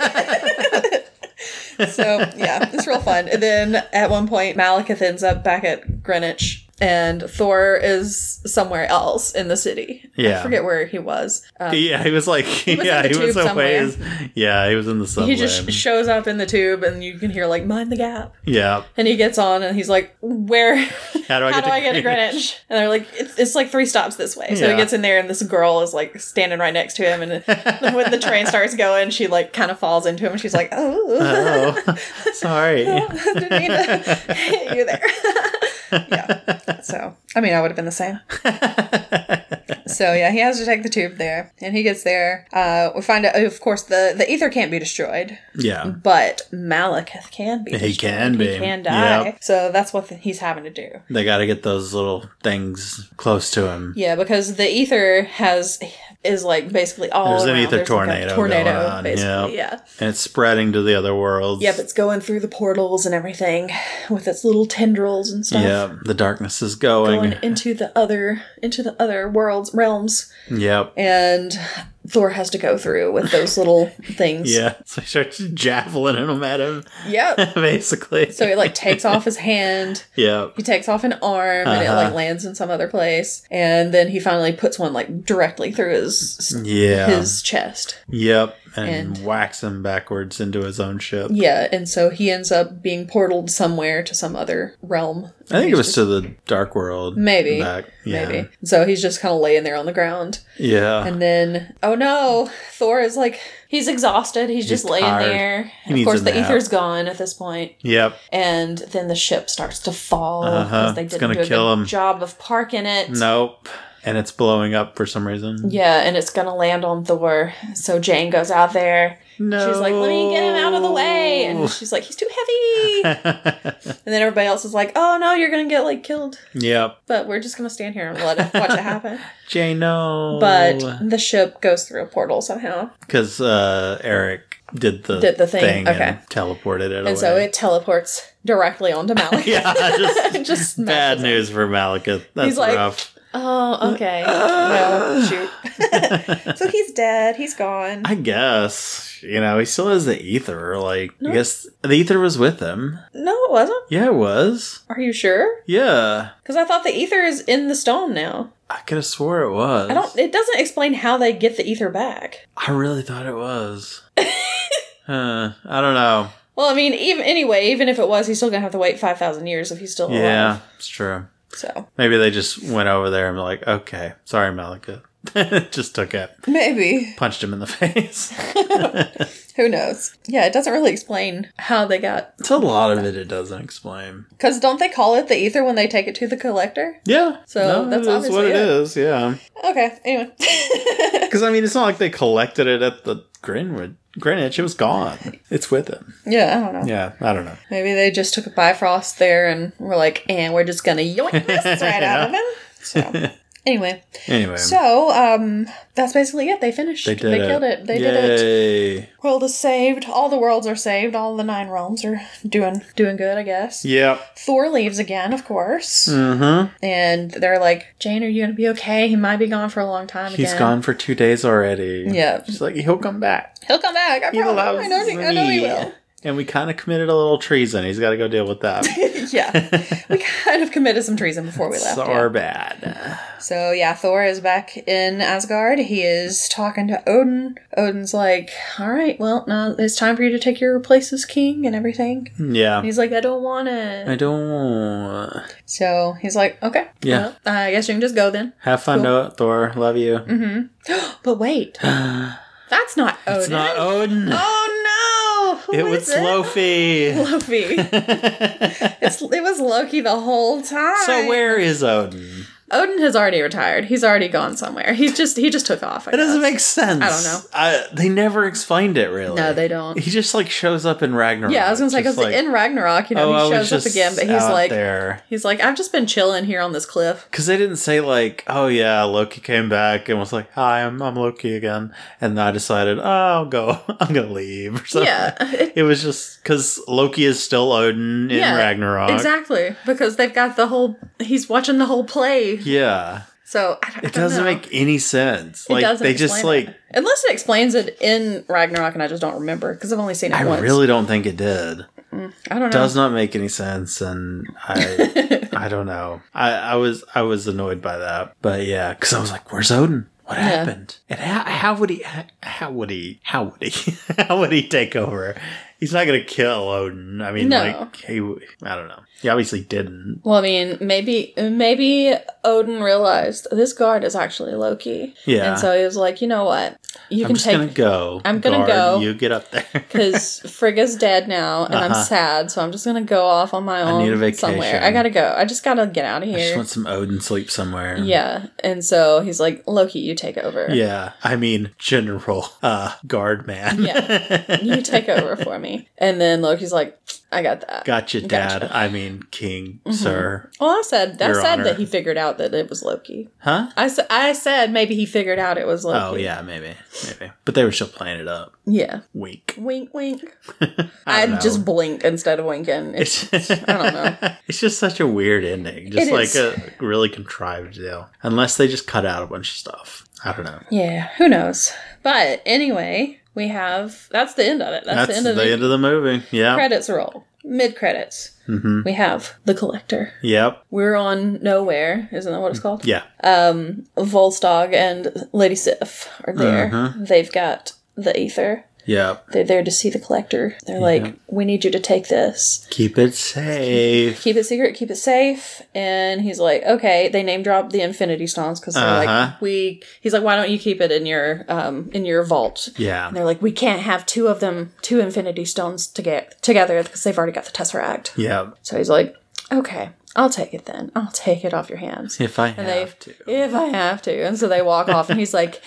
Speaker 2: "Ah!" so yeah, it's real fun. And then at one point, Malekith ends up back at Greenwich, and Thor is somewhere else in the city. I
Speaker 1: Yeah.
Speaker 2: forget where he was. Um,
Speaker 1: Yeah, he was like,
Speaker 2: was in
Speaker 1: yeah,
Speaker 2: the
Speaker 1: he was
Speaker 2: tube
Speaker 1: a
Speaker 2: somewhere.
Speaker 1: ways. Yeah, he was in the subway.
Speaker 2: he just shows up in the tube, and you can hear like "Mind the Gap,"
Speaker 1: yeah.
Speaker 2: and he gets on, and he's like, "Where?"
Speaker 1: How do I
Speaker 2: How
Speaker 1: get
Speaker 2: do
Speaker 1: to
Speaker 2: I get to Greenwich? And they're like, it's, it's like three stops this way. So
Speaker 1: Yeah.
Speaker 2: he gets in there, and this girl is like standing right next to him. And then when the train starts going, she like kind of falls into him. And she's like, oh,
Speaker 1: oh, sorry.
Speaker 2: didn't mean to hit you there. yeah. So I mean, I would have been the same. So yeah, he has to take the tube there, and he gets there. Uh, we find out, of course, the the ether can't be destroyed,
Speaker 1: yeah.
Speaker 2: but Malekith can be.
Speaker 1: He
Speaker 2: destroyed.
Speaker 1: can be.
Speaker 2: He can die.
Speaker 1: Yep.
Speaker 2: So that's what he's having to do.
Speaker 1: They got to get those little things close to him.
Speaker 2: Yeah, because the ether has is like basically all
Speaker 1: There's an
Speaker 2: around.
Speaker 1: ether
Speaker 2: like, a
Speaker 1: tornado
Speaker 2: tornado,
Speaker 1: going on,
Speaker 2: basically. Yeah.
Speaker 1: And it's spreading to the other worlds.
Speaker 2: Yep, it's going through the portals and everything with its little tendrils and stuff.
Speaker 1: Yeah, the darkness is going.
Speaker 2: Going into the other into the other worlds realms,
Speaker 1: Yep.
Speaker 2: and Thor has to go through with those little things.
Speaker 1: Yeah. So he starts javelining them at him,
Speaker 2: Yep.
Speaker 1: basically.
Speaker 2: So it like takes off his hand.
Speaker 1: yep.
Speaker 2: He takes off an arm and it
Speaker 1: Uh-huh.
Speaker 2: like lands in some other place, and then he finally puts one like directly through his
Speaker 1: Yeah.
Speaker 2: his chest.
Speaker 1: Yep, and,
Speaker 2: And-
Speaker 1: whacks him backwards into his own ship.
Speaker 2: Yeah, and so he ends up being portaled somewhere to some other realm.
Speaker 1: I think it was to the dark world.
Speaker 2: Maybe.
Speaker 1: Back. Yeah.
Speaker 2: Maybe. So he's just kind of laying there on the ground.
Speaker 1: Yeah.
Speaker 2: And then, oh no, Thor is like, he's exhausted. He's, just laying
Speaker 1: tired.
Speaker 2: there.
Speaker 1: He
Speaker 2: of
Speaker 1: needs
Speaker 2: course,
Speaker 1: a
Speaker 2: the
Speaker 1: nap.
Speaker 2: ether's gone at this point.
Speaker 1: yep.
Speaker 2: And then the ship starts to fall
Speaker 1: Uh-huh.
Speaker 2: because they
Speaker 1: It's
Speaker 2: didn't
Speaker 1: gonna
Speaker 2: do a
Speaker 1: kill
Speaker 2: good
Speaker 1: him.
Speaker 2: job of parking it.
Speaker 1: Nope. And it's blowing up for some reason.
Speaker 2: Yeah, and it's going to land on Thor. So Jane goes out there.
Speaker 1: No.
Speaker 2: She's like, let me get him out of the way. And she's like, he's too heavy. and then everybody else is like, oh no, you're going to get like killed.
Speaker 1: yep.
Speaker 2: but we're just gonna stand here and let it watch it happen.
Speaker 1: Jay, no.
Speaker 2: But the ship goes through a portal somehow,
Speaker 1: because uh, Eric did the
Speaker 2: Did the thing, okay.
Speaker 1: and teleported it away.
Speaker 2: and so it teleports directly onto Malik.
Speaker 1: yeah, just
Speaker 2: just smashes
Speaker 1: bad
Speaker 2: him.
Speaker 1: news for Malekith. That's
Speaker 2: He's like-
Speaker 1: rough.
Speaker 2: Oh, okay. well, shoot. so he's dead. He's gone.
Speaker 1: I guess. much. You know, he still has the ether. Like, I guess the ether was with him.
Speaker 2: No, it wasn't.
Speaker 1: Yeah, it was.
Speaker 2: Are you sure?
Speaker 1: Yeah.
Speaker 2: Because I thought the ether is in the stone now.
Speaker 1: I could have swore it was.
Speaker 2: I don't. It doesn't explain how they get the ether back.
Speaker 1: I really thought it was. huh. I don't know.
Speaker 2: Well, I mean, even anyway, even if it was, he's still gonna have to wait five thousand years if he's still alive.
Speaker 1: Yeah, it's true.
Speaker 2: So
Speaker 1: Maybe they just went over there and were like, okay, sorry, Malika. just took it,
Speaker 2: maybe
Speaker 1: punched him in the face.
Speaker 2: who knows? Yeah, it doesn't really explain how they got.
Speaker 1: It's a lot of it it doesn't explain.
Speaker 2: Because don't they call it the ether when they take it to the collector?
Speaker 1: Yeah.
Speaker 2: So that's
Speaker 1: it is
Speaker 2: obviously
Speaker 1: what it
Speaker 2: it.
Speaker 1: is. Yeah.
Speaker 2: Okay. Anyway.
Speaker 1: Because I mean, it's not like they collected it at the Greenwood Greenwich. It was gone. It's with them.
Speaker 2: yeah, I don't know.
Speaker 1: Yeah. I don't know.
Speaker 2: Maybe they just took a Bifrost there and were like, and we're just gonna yoink this right out of him. So, anyway.
Speaker 1: Anyway,
Speaker 2: So, um, that's basically it. They finished. They, killed it. They did it.
Speaker 1: did it.
Speaker 2: World is saved. All the worlds are saved. All the nine realms are doing doing good, I guess.
Speaker 1: Yep.
Speaker 2: Thor leaves again, of course.
Speaker 1: Mm-hmm.
Speaker 2: And they're like, Jane, are you gonna be okay? He might be gone for a long time
Speaker 1: He's
Speaker 2: again.
Speaker 1: gone for two days already.
Speaker 2: Yeah.
Speaker 1: She's like, he'll come back.
Speaker 2: He'll come back. I
Speaker 1: He
Speaker 2: promise.
Speaker 1: loves
Speaker 2: I know, he-
Speaker 1: me.
Speaker 2: I know he will.
Speaker 1: And we kind of committed a little treason. He's got to go deal with that.
Speaker 2: yeah. We kind of committed some treason before we left.
Speaker 1: so
Speaker 2: yeah.
Speaker 1: our bad.
Speaker 2: So yeah, Thor is back in Asgard. He is talking to Odin. Odin's like, "All right, well, now it's time for you to take your place as king and everything."
Speaker 1: Hmm.
Speaker 2: And
Speaker 1: Yeah.
Speaker 2: he's like, "I don't want it."
Speaker 1: I don't.
Speaker 2: So he's like, "Okay,
Speaker 1: Yeah.
Speaker 2: well, I guess you can just go then."
Speaker 1: Have fun,
Speaker 2: Cool. Mm-hmm.
Speaker 1: though, Thor. Love you.
Speaker 2: But wait, that's not Odin.
Speaker 1: It's not Odin.
Speaker 2: oh no!
Speaker 1: it
Speaker 2: Who
Speaker 1: was
Speaker 2: is
Speaker 1: Lofi.
Speaker 2: Loki. it's, it was Loki the whole time.
Speaker 1: So where is Odin?
Speaker 2: Odin has already retired. He's already gone somewhere. He's just he just took off. I
Speaker 1: That doesn't
Speaker 2: guess.
Speaker 1: make sense.
Speaker 2: I don't know.
Speaker 1: Uh, they never explained it really.
Speaker 2: No, they don't.
Speaker 1: He just like shows up in Ragnarok.
Speaker 2: Yeah, I was gonna say
Speaker 1: Just
Speaker 2: because in Ragnarok, you know,
Speaker 1: oh, I
Speaker 2: he
Speaker 1: was
Speaker 2: shows up
Speaker 1: just
Speaker 2: again, but he's
Speaker 1: out
Speaker 2: like,
Speaker 1: there
Speaker 2: he's like, I've just been chilling here on this cliff.
Speaker 1: because they didn't say like, oh yeah, Loki came back and was like, hi, I'm I'm Loki again, and I decided oh, I'll go, I'm gonna leave or something.
Speaker 2: yeah, it-
Speaker 1: It was just because Loki is still Odin in
Speaker 2: Yeah,
Speaker 1: Ragnarok.
Speaker 2: exactly. Because they've got the whole. He's watching the whole play,
Speaker 1: Yeah,
Speaker 2: so I don't, I
Speaker 1: it
Speaker 2: don't
Speaker 1: doesn't
Speaker 2: know.
Speaker 1: make any sense.
Speaker 2: It
Speaker 1: Like
Speaker 2: doesn't
Speaker 1: they just
Speaker 2: explain
Speaker 1: like,
Speaker 2: it. unless it explains it in Ragnarok, and I just don't remember because I've only seen it Mm.
Speaker 1: I
Speaker 2: once.
Speaker 1: really don't think it did.
Speaker 2: I don't know.
Speaker 1: does not make any sense and i i don't know i i was i was annoyed by that but yeah because i was like where's odin what happened and how, how would he how would he how would he how would he take over he's not gonna kill odin i mean
Speaker 2: No.
Speaker 1: like he w- i don't know he obviously didn't
Speaker 2: well, I mean, maybe maybe Odin realized this guard is actually Loki.
Speaker 1: Yeah.
Speaker 2: and so he was like, you know what, you
Speaker 1: i'm
Speaker 2: can
Speaker 1: just
Speaker 2: take
Speaker 1: gonna go
Speaker 2: I'm gonna go.
Speaker 1: you get up there
Speaker 2: because Frigga's dead now, and I'm
Speaker 1: Uh-huh.
Speaker 2: sad, so I'm just gonna go off on my own
Speaker 1: need a vacation.
Speaker 2: somewhere. I gotta go. I just gotta get out of
Speaker 1: i just
Speaker 2: here.
Speaker 1: want some odin sleep somewhere
Speaker 2: yeah, and so he's like, Loki, you take over.
Speaker 1: yeah i mean general uh guard man
Speaker 2: Yeah. you take over for me. And then Loki's like, I got that.
Speaker 1: gotcha dad i mean king
Speaker 2: Mm-hmm.
Speaker 1: sir
Speaker 2: well, I said I
Speaker 1: Your
Speaker 2: said
Speaker 1: Honor.
Speaker 2: that he figured out that it was Loki.
Speaker 1: huh
Speaker 2: I sa- I said maybe he figured out it was Loki.
Speaker 1: Oh yeah, maybe, maybe. But they were still playing it up.
Speaker 2: yeah.
Speaker 1: Wink.
Speaker 2: Wink, wink.
Speaker 1: I
Speaker 2: I,
Speaker 1: don't know.
Speaker 2: just blinked instead of winking. It's,
Speaker 1: It's I
Speaker 2: don't know.
Speaker 1: It's just such a weird ending. Just
Speaker 2: It
Speaker 1: like
Speaker 2: is.
Speaker 1: a really contrived deal. Unless they just cut out a bunch of stuff. I don't know.
Speaker 2: yeah, who knows? But anyway, we have that's the end of it. That's,
Speaker 1: That's
Speaker 2: the end of the
Speaker 1: movie. Yeah.
Speaker 2: credits roll. Mid credits.
Speaker 1: Mhm.
Speaker 2: We have The Collector.
Speaker 1: Yep.
Speaker 2: We're on Nowhere, isn't that what it's called?
Speaker 1: Yeah.
Speaker 2: Volstagg and Lady Sif are there.
Speaker 1: Uh-huh.
Speaker 2: They've got the ether.
Speaker 1: Yep.
Speaker 2: They're there to see the collector. They're like, we need you to take this.
Speaker 1: Keep it safe.
Speaker 2: Keep it secret, keep it safe. And he's like, okay. They name drop the Infinity Stones because they're
Speaker 1: Uh-huh.
Speaker 2: like, we. He's like, why don't you keep it in your um in your vault?
Speaker 1: Yeah.
Speaker 2: And they're like, we can't have two of them, two Infinity Stones to get together because they've already got the Tesseract.
Speaker 1: Yep.
Speaker 2: So he's like, okay, I'll take it then. I'll take it off your hands.
Speaker 1: If I
Speaker 2: And they-
Speaker 1: have to.
Speaker 2: If I have to. And so they walk off and he's like,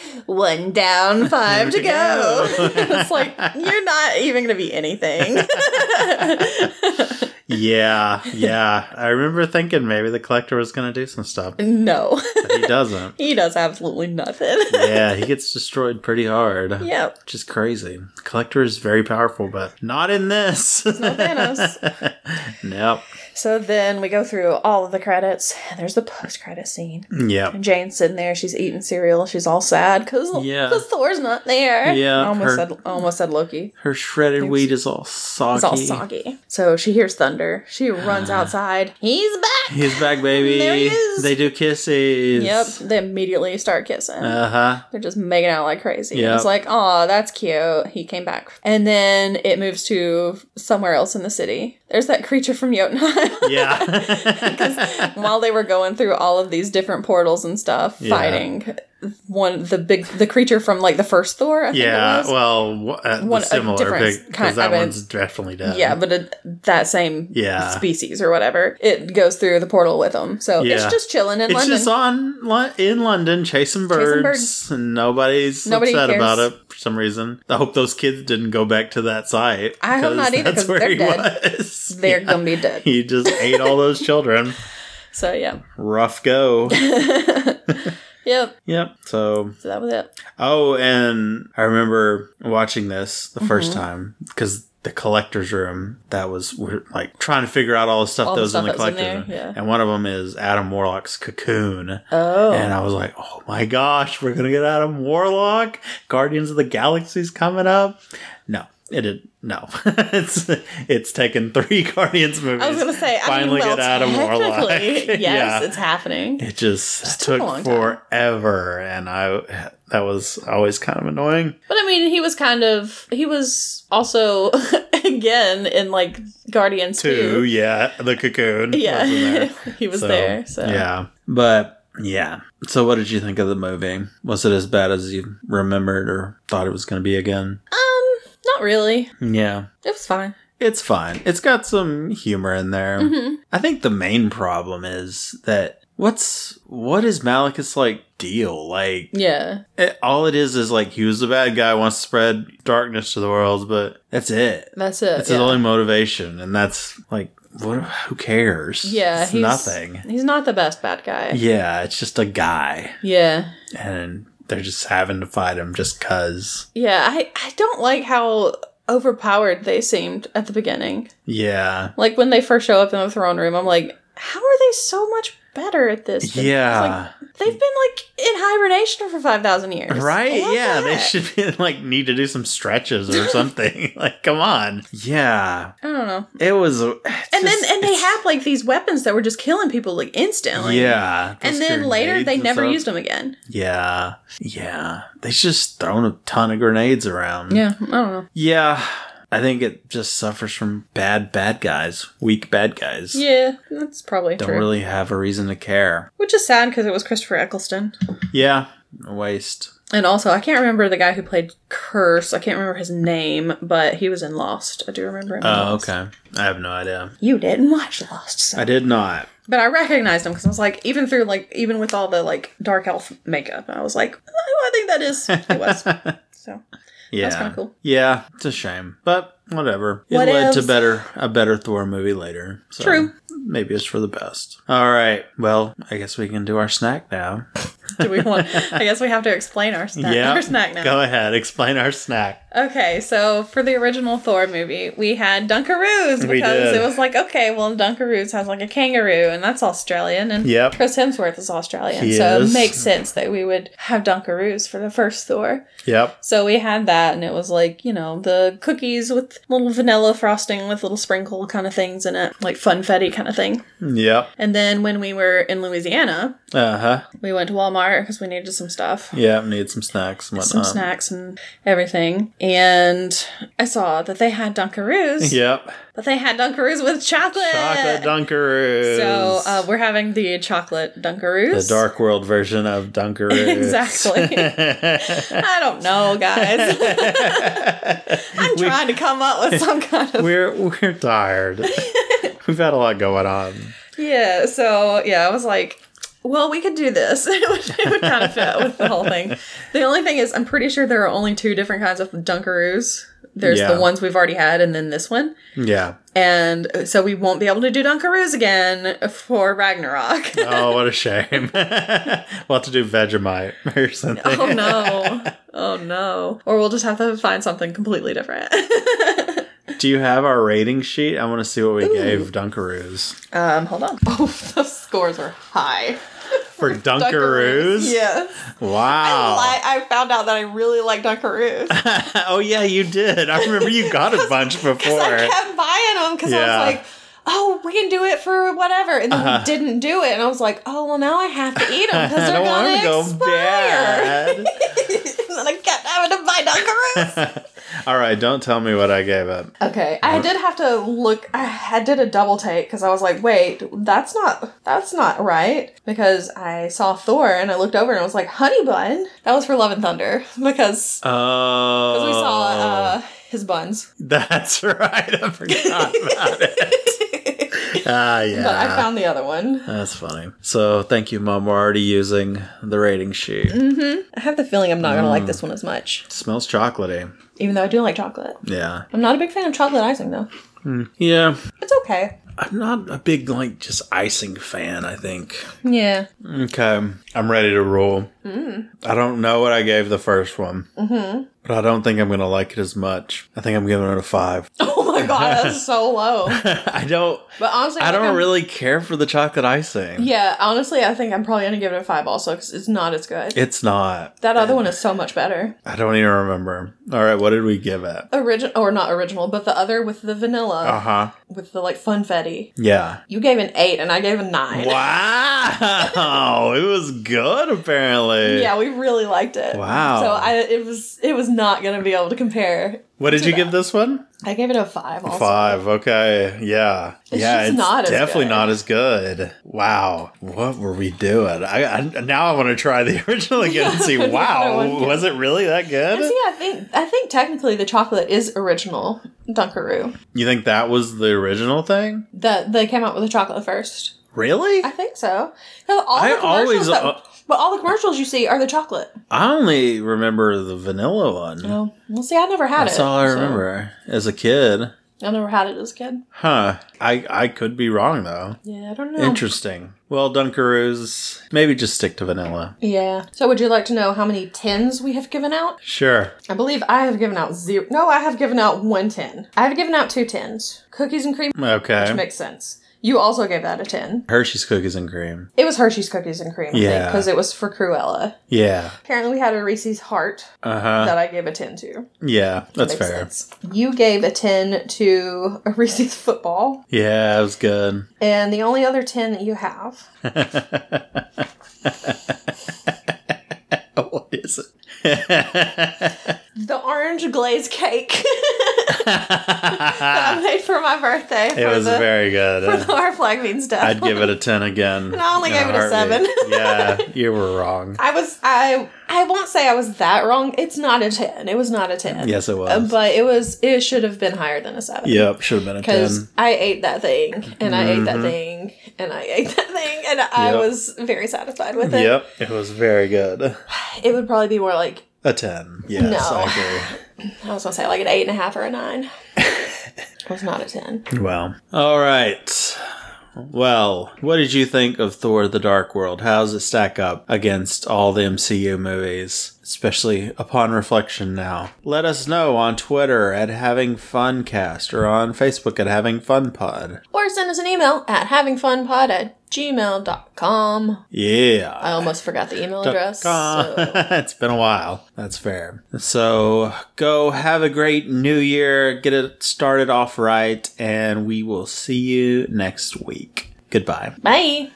Speaker 2: one down, five to go. it's like, you're not even going to be anything.
Speaker 1: yeah, yeah. I remember thinking maybe the collector was going to do some stuff,
Speaker 2: No,
Speaker 1: but he doesn't.
Speaker 2: he does absolutely nothing.
Speaker 1: yeah, he gets destroyed pretty hard.
Speaker 2: yep.
Speaker 1: Which is crazy. Collector is very powerful, but not in this.
Speaker 2: not Thanos.
Speaker 1: nope.
Speaker 2: So then we go through all of the credits. There's the post credit scene.
Speaker 1: Yep.
Speaker 2: And Jane's sitting there. She's eating cereal. She's all sad because
Speaker 1: Yeah.
Speaker 2: Thor's not there.
Speaker 1: Yeah,
Speaker 2: I almost
Speaker 1: her-
Speaker 2: said I almost said Loki.
Speaker 1: Her shredded
Speaker 2: Oops.
Speaker 1: wheat is all soggy.
Speaker 2: It's all soggy. So she hears thunder. She runs outside. He's back.
Speaker 1: He's back, baby.
Speaker 2: There he is.
Speaker 1: They do kisses.
Speaker 2: Yep. They immediately start kissing.
Speaker 1: Uh huh.
Speaker 2: They're just making out like crazy.
Speaker 1: Yep.
Speaker 2: It's like, oh, that's cute. He came back. And then it moves to somewhere else in the city. There's that creature from Jotunheim.
Speaker 1: Yeah.
Speaker 2: While they were going through all of these different portals and stuff,
Speaker 1: Yeah.
Speaker 2: fighting one the big the creature from like the first Thor. I think it
Speaker 1: yeah.
Speaker 2: was.
Speaker 1: Well, w- uh,
Speaker 2: One- a
Speaker 1: the similar
Speaker 2: different
Speaker 1: because
Speaker 2: kind- I
Speaker 1: that
Speaker 2: mean-
Speaker 1: one's definitely dead.
Speaker 2: Yeah, but it, that same
Speaker 1: Yeah.
Speaker 2: species or whatever, it goes through the portal with them. So
Speaker 1: Yeah.
Speaker 2: it's just chilling in
Speaker 1: it's
Speaker 2: London.
Speaker 1: just on Lo- in London chasing birds,
Speaker 2: birds.
Speaker 1: and nobody's
Speaker 2: Nobody
Speaker 1: upset
Speaker 2: cares.
Speaker 1: about it for some reason. I hope those kids didn't go back to that site.
Speaker 2: I hope not either, 'cause they're dead.
Speaker 1: was.
Speaker 2: They're
Speaker 1: Yeah.
Speaker 2: gonna be dead.
Speaker 1: He just ate all those children.
Speaker 2: So yeah,
Speaker 1: Rough go.
Speaker 2: yep.
Speaker 1: Yep. So
Speaker 2: So that was it.
Speaker 1: Oh, and I remember watching this the first
Speaker 2: Mm-hmm.
Speaker 1: time because the collector's room that was we're like trying to figure out all the stuff
Speaker 2: All
Speaker 1: that
Speaker 2: the
Speaker 1: was in the
Speaker 2: stuff that was in
Speaker 1: collector's room,
Speaker 2: there, yeah.
Speaker 1: and one of them is Adam Warlock's cocoon.
Speaker 2: Oh,
Speaker 1: And I was like, oh my gosh, we're gonna get Adam Warlock. Guardians of the Galaxy's coming up. No, it did no. it's it's taken three Guardians movies.
Speaker 2: I was gonna say,
Speaker 1: finally
Speaker 2: I mean, well,
Speaker 1: get Adam Warlock.
Speaker 2: technically,
Speaker 1: Yeah.
Speaker 2: Yes, it's happening.
Speaker 1: It just,
Speaker 2: took a long
Speaker 1: took
Speaker 2: time.
Speaker 1: forever, and I that was always kind of annoying.
Speaker 2: But I mean, he was kind of he was also again in like Guardians
Speaker 1: Two,
Speaker 2: too.
Speaker 1: yeah, the cocoon.
Speaker 2: Yeah,
Speaker 1: was in there.
Speaker 2: he was there. So
Speaker 1: yeah, but yeah. So, what did you think of the movie? Was it as bad as you remembered or thought it was going to be again?
Speaker 2: um, not really.
Speaker 1: Yeah,
Speaker 2: It was fine.
Speaker 1: it's fine. It's got some humor in there.
Speaker 2: hmm
Speaker 1: I think the main problem is that what's what is Malekith's like deal? Like
Speaker 2: Yeah,
Speaker 1: it, all it is is like he was the bad guy, wants to spread darkness to the world, but that's it.
Speaker 2: that's it.
Speaker 1: That's
Speaker 2: Uh, yeah.
Speaker 1: his only motivation, and that's like, what? Who cares?
Speaker 2: yeah,
Speaker 1: it's
Speaker 2: he's eh.
Speaker 1: nothing.
Speaker 2: He's not the best bad guy.
Speaker 1: Yeah, it's just a guy,
Speaker 2: Yeah.
Speaker 1: and they're just having to fight him just cause.
Speaker 2: Yeah, I, I don't like how overpowered they seemed at the beginning.
Speaker 1: Yeah,
Speaker 2: Like when they first show up in the throne room, I'm like, how are they so much better at this? than-" It's
Speaker 1: yeah,
Speaker 2: like, they've been like in hibernation for 5,000 years.
Speaker 1: right.
Speaker 2: What
Speaker 1: Yeah,
Speaker 2: the
Speaker 1: they
Speaker 2: heck?
Speaker 1: should be like need to do some stretches or something. like, come on. Yeah,
Speaker 2: I don't know.
Speaker 1: it was. And
Speaker 2: And then and they have like these weapons that were just killing people like instantly.
Speaker 1: Yeah,
Speaker 2: And
Speaker 1: those
Speaker 2: then later
Speaker 1: grenades
Speaker 2: they
Speaker 1: and
Speaker 2: never
Speaker 1: stuff.
Speaker 2: used them again.
Speaker 1: Yeah, yeah. They just thrown a ton of grenades around.
Speaker 2: Yeah, I don't know.
Speaker 1: Yeah. I think it just suffers from bad bad guys, weak bad guys.
Speaker 2: Yeah, that's probably
Speaker 1: Don't
Speaker 2: true.
Speaker 1: really have a reason to care.
Speaker 2: Which is sad because it was Christopher Eccleston.
Speaker 1: Yeah, a waste.
Speaker 2: And also, I can't remember the guy who played Curse. I can't remember his name, but he was in Lost. I do remember him. in
Speaker 1: Oh,
Speaker 2: Lost.
Speaker 1: okay. I have no idea.
Speaker 2: You didn't watch Lost, so.
Speaker 1: I did not.
Speaker 2: but I recognized him because I was like, even through like, even with all the like dark elf makeup, I was like, oh, I think that is who he was. so
Speaker 1: Yeah.
Speaker 2: kinda cool.
Speaker 1: Yeah, it's a shame, but whatever. It
Speaker 2: What
Speaker 1: led to
Speaker 2: ifs?
Speaker 1: better a better Thor movie later. So
Speaker 2: True.
Speaker 1: Maybe it's for the best. All right. Well, I guess we can do our snack now.
Speaker 2: do we want? I guess we have to explain our snack. Our snack now.
Speaker 1: Go ahead. Explain our snack.
Speaker 2: Okay, so for the original Thor movie, we had Dunkaroos
Speaker 1: We
Speaker 2: because
Speaker 1: did.
Speaker 2: it was like, okay, well, Dunkaroos has like a kangaroo, and that's Australian, and
Speaker 1: Yep.
Speaker 2: Chris Hemsworth is Australian,
Speaker 1: He
Speaker 2: so
Speaker 1: is.
Speaker 2: it makes sense that we would have Dunkaroos for the first Thor.
Speaker 1: Yep.
Speaker 2: So we had that, and it was like, you know, the cookies with little vanilla frosting with little sprinkle kind of things in it, like funfetti kind of thing.
Speaker 1: Yep.
Speaker 2: And then when we were in Louisiana,
Speaker 1: Uh huh.
Speaker 2: we went to Walmart because we needed some stuff.
Speaker 1: Yeah, need some snacks and
Speaker 2: Some
Speaker 1: whatnot.
Speaker 2: snacks and everything. And I saw that they had Dunkaroos,
Speaker 1: Yep.
Speaker 2: but they had Dunkaroos with chocolate.
Speaker 1: Chocolate Dunkaroos.
Speaker 2: So uh, we're having the chocolate Dunkaroos.
Speaker 1: the Dark World version of Dunkaroos.
Speaker 2: Exactly. I don't know, guys. I'm trying to come up with some kind of
Speaker 1: we're we're tired. We've had a lot going on.
Speaker 2: yeah. So yeah, I was like, well, we could do this. it, would, it would kind of fit with the whole thing. The only thing is, I'm pretty sure there are only two different kinds of Dunkaroos. There's
Speaker 1: Yeah.
Speaker 2: the ones we've already had, and then this one.
Speaker 1: Yeah.
Speaker 2: And uh, so we won't be able to do Dunkaroos again for Ragnarok.
Speaker 1: Oh, what a shame. we'll have to do Vegemite or something.
Speaker 2: oh no. Oh no. Or we'll just have to find something completely different.
Speaker 1: Do you have our rating sheet? I want to see what we gave Dunkaroos.
Speaker 2: um, hold on. Oh, those scores are high.
Speaker 1: For Dunkaroos? Oh.
Speaker 2: Yeah.
Speaker 1: Wow.
Speaker 2: I found out that I really like Dunkaroos.
Speaker 1: oh, yeah, you did. I remember you got a bunch before.
Speaker 2: I kept buying them because
Speaker 1: Yeah.
Speaker 2: I was like, oh, we can do it for whatever. And then
Speaker 1: Uh-huh.
Speaker 2: we didn't do it. And I was like, oh, well, now I have to eat them because
Speaker 1: I
Speaker 2: they're
Speaker 1: don't
Speaker 2: going
Speaker 1: want them
Speaker 2: to
Speaker 1: to go
Speaker 2: expire.
Speaker 1: bad.
Speaker 2: and then I kept having to buy Dunkaroos.
Speaker 1: All right, don't tell me what I gave up.
Speaker 2: Okay, I did have to look. I I did a double take because I was like, "Wait, that's not that's not right." Because I saw Thor and I looked over and I was like, "Honey bun." That was for Love and Thunder because
Speaker 1: Oh,
Speaker 2: 'cause we saw uh, his buns.
Speaker 1: that's right. I forgot about it. Ah, yeah.
Speaker 2: But I found the other one.
Speaker 1: that's funny. So, thank you, Mom. We're already using the rating sheet.
Speaker 2: I have the feeling I'm not gonna
Speaker 1: Mm.
Speaker 2: like this one as much,
Speaker 1: smells chocolatey.
Speaker 2: even though I do like chocolate.
Speaker 1: Yeah.
Speaker 2: I'm not a big fan of chocolate icing though.
Speaker 1: Yeah.
Speaker 2: It's okay.
Speaker 1: I'm not a big, like, just icing fan, I think.
Speaker 2: Yeah.
Speaker 1: Okay. I'm ready to roll. I don't know what I gave the first one, mm-hmm. but I don't think I'm going to like it as much. I think I'm giving it a five.
Speaker 2: Oh my god, that's so low.
Speaker 1: I don't.
Speaker 2: But honestly,
Speaker 1: I
Speaker 2: like,
Speaker 1: don't
Speaker 2: I'm-
Speaker 1: really care for the chocolate icing.
Speaker 2: Yeah, honestly, I think I'm probably gonna give it a five also because it's not as good.
Speaker 1: It's not.
Speaker 2: That other one is so much better.
Speaker 1: I don't even remember. All right, what did we give it?
Speaker 2: Original or not original, but the other with the vanilla,
Speaker 1: Uh huh.
Speaker 2: with the like funfetti.
Speaker 1: Yeah.
Speaker 2: You gave an eight, and I gave a nine.
Speaker 1: Wow, it was good apparently.
Speaker 2: Yeah, we really liked it.
Speaker 1: Wow.
Speaker 2: So I it was it was not gonna be able to compare.
Speaker 1: What did you give this one?
Speaker 2: I gave it a five. Also.
Speaker 1: Five. Okay. Yeah.
Speaker 2: It's
Speaker 1: yeah.
Speaker 2: just not as
Speaker 1: definitely
Speaker 2: good.
Speaker 1: not as good. Wow. What were we doing? I, I now I want to try the original again and see.
Speaker 2: The other
Speaker 1: wow,
Speaker 2: one.
Speaker 1: was it really that
Speaker 2: And
Speaker 1: good?
Speaker 2: see, I think I think technically the chocolate is original Dunkaroo.
Speaker 1: You think that was the original thing?
Speaker 2: That they came out with the chocolate first.
Speaker 1: Really?
Speaker 2: I think so. 'Cause all
Speaker 1: I
Speaker 2: the commercials
Speaker 1: always-
Speaker 2: that-
Speaker 1: uh,
Speaker 2: but all the commercials you see are the chocolate.
Speaker 1: I only remember the vanilla one.
Speaker 2: Oh, well, see, I never had it.
Speaker 1: That's all I
Speaker 2: so-
Speaker 1: remember as a kid.
Speaker 2: I never had it as a kid.
Speaker 1: Huh. I I could be wrong though.
Speaker 2: Yeah, I don't know.
Speaker 1: Interesting. Well, Dunkaroos, maybe just stick to vanilla.
Speaker 2: Yeah. So, would you like to know how many tins we have given out?
Speaker 1: Sure.
Speaker 2: I believe I have given out zero. No, I have given out one tin. I have given out two tins. Cookies and cream
Speaker 1: Okay.
Speaker 2: makes sense. You also gave that a tin.
Speaker 1: Hershey's cookies and cream.
Speaker 2: It was Hershey's cookies and cream, I
Speaker 1: Yeah.
Speaker 2: because it was for Cruella.
Speaker 1: Yeah.
Speaker 2: Apparently, we had a Reese's heart
Speaker 1: Uh huh.
Speaker 2: that I gave a tin to.
Speaker 1: Yeah, that's
Speaker 2: Makes
Speaker 1: fair.
Speaker 2: sense. You gave a tin to a Reese's football,
Speaker 1: Yeah, it was good.
Speaker 2: and the only other tin that you have
Speaker 1: what is it?
Speaker 2: the orange glazed cake that I made for my birthday.
Speaker 1: it
Speaker 2: for
Speaker 1: was
Speaker 2: the,
Speaker 1: very
Speaker 2: for
Speaker 1: good.
Speaker 2: the our flag beans stuff.
Speaker 1: I'd give it a 10 again.
Speaker 2: I only
Speaker 1: in a
Speaker 2: gave it a
Speaker 1: heartbeat.
Speaker 2: seven.
Speaker 1: yeah, you were wrong.
Speaker 2: I was I I won't say I was that wrong. It's not a ten. It was not a ten.
Speaker 1: Yes, it
Speaker 2: Uh,
Speaker 1: was.
Speaker 2: but it was it should have been higher than a seven.
Speaker 1: Yep, should have been a 10.
Speaker 2: Because I ate that thing and I ate that thing and I ate that thing and I
Speaker 1: Mm-hmm. Yep.
Speaker 2: was very satisfied with it.
Speaker 1: Yep, it was very good.
Speaker 2: It would probably be more like
Speaker 1: A 10. Yes,
Speaker 2: No.
Speaker 1: I
Speaker 2: I was gonna say like an eight and a half or a nine. it was not a ten.
Speaker 1: agree. Well, all right. Well, what did you think of Thor the Dark World? How does it stack up against all the MCU movies, especially upon reflection now? Let us know on Twitter at Having Funcast or on Facebook at Having Fun Pod.
Speaker 2: Or send us an email at havingfunpod at gmail.com.
Speaker 1: Yeah.
Speaker 2: I almost forgot the email address.
Speaker 1: Ah,
Speaker 2: So.
Speaker 1: it's been a while. That's fair. So go have a great new year. Get it started off right, and we will see you next week. Goodbye.
Speaker 2: Bye.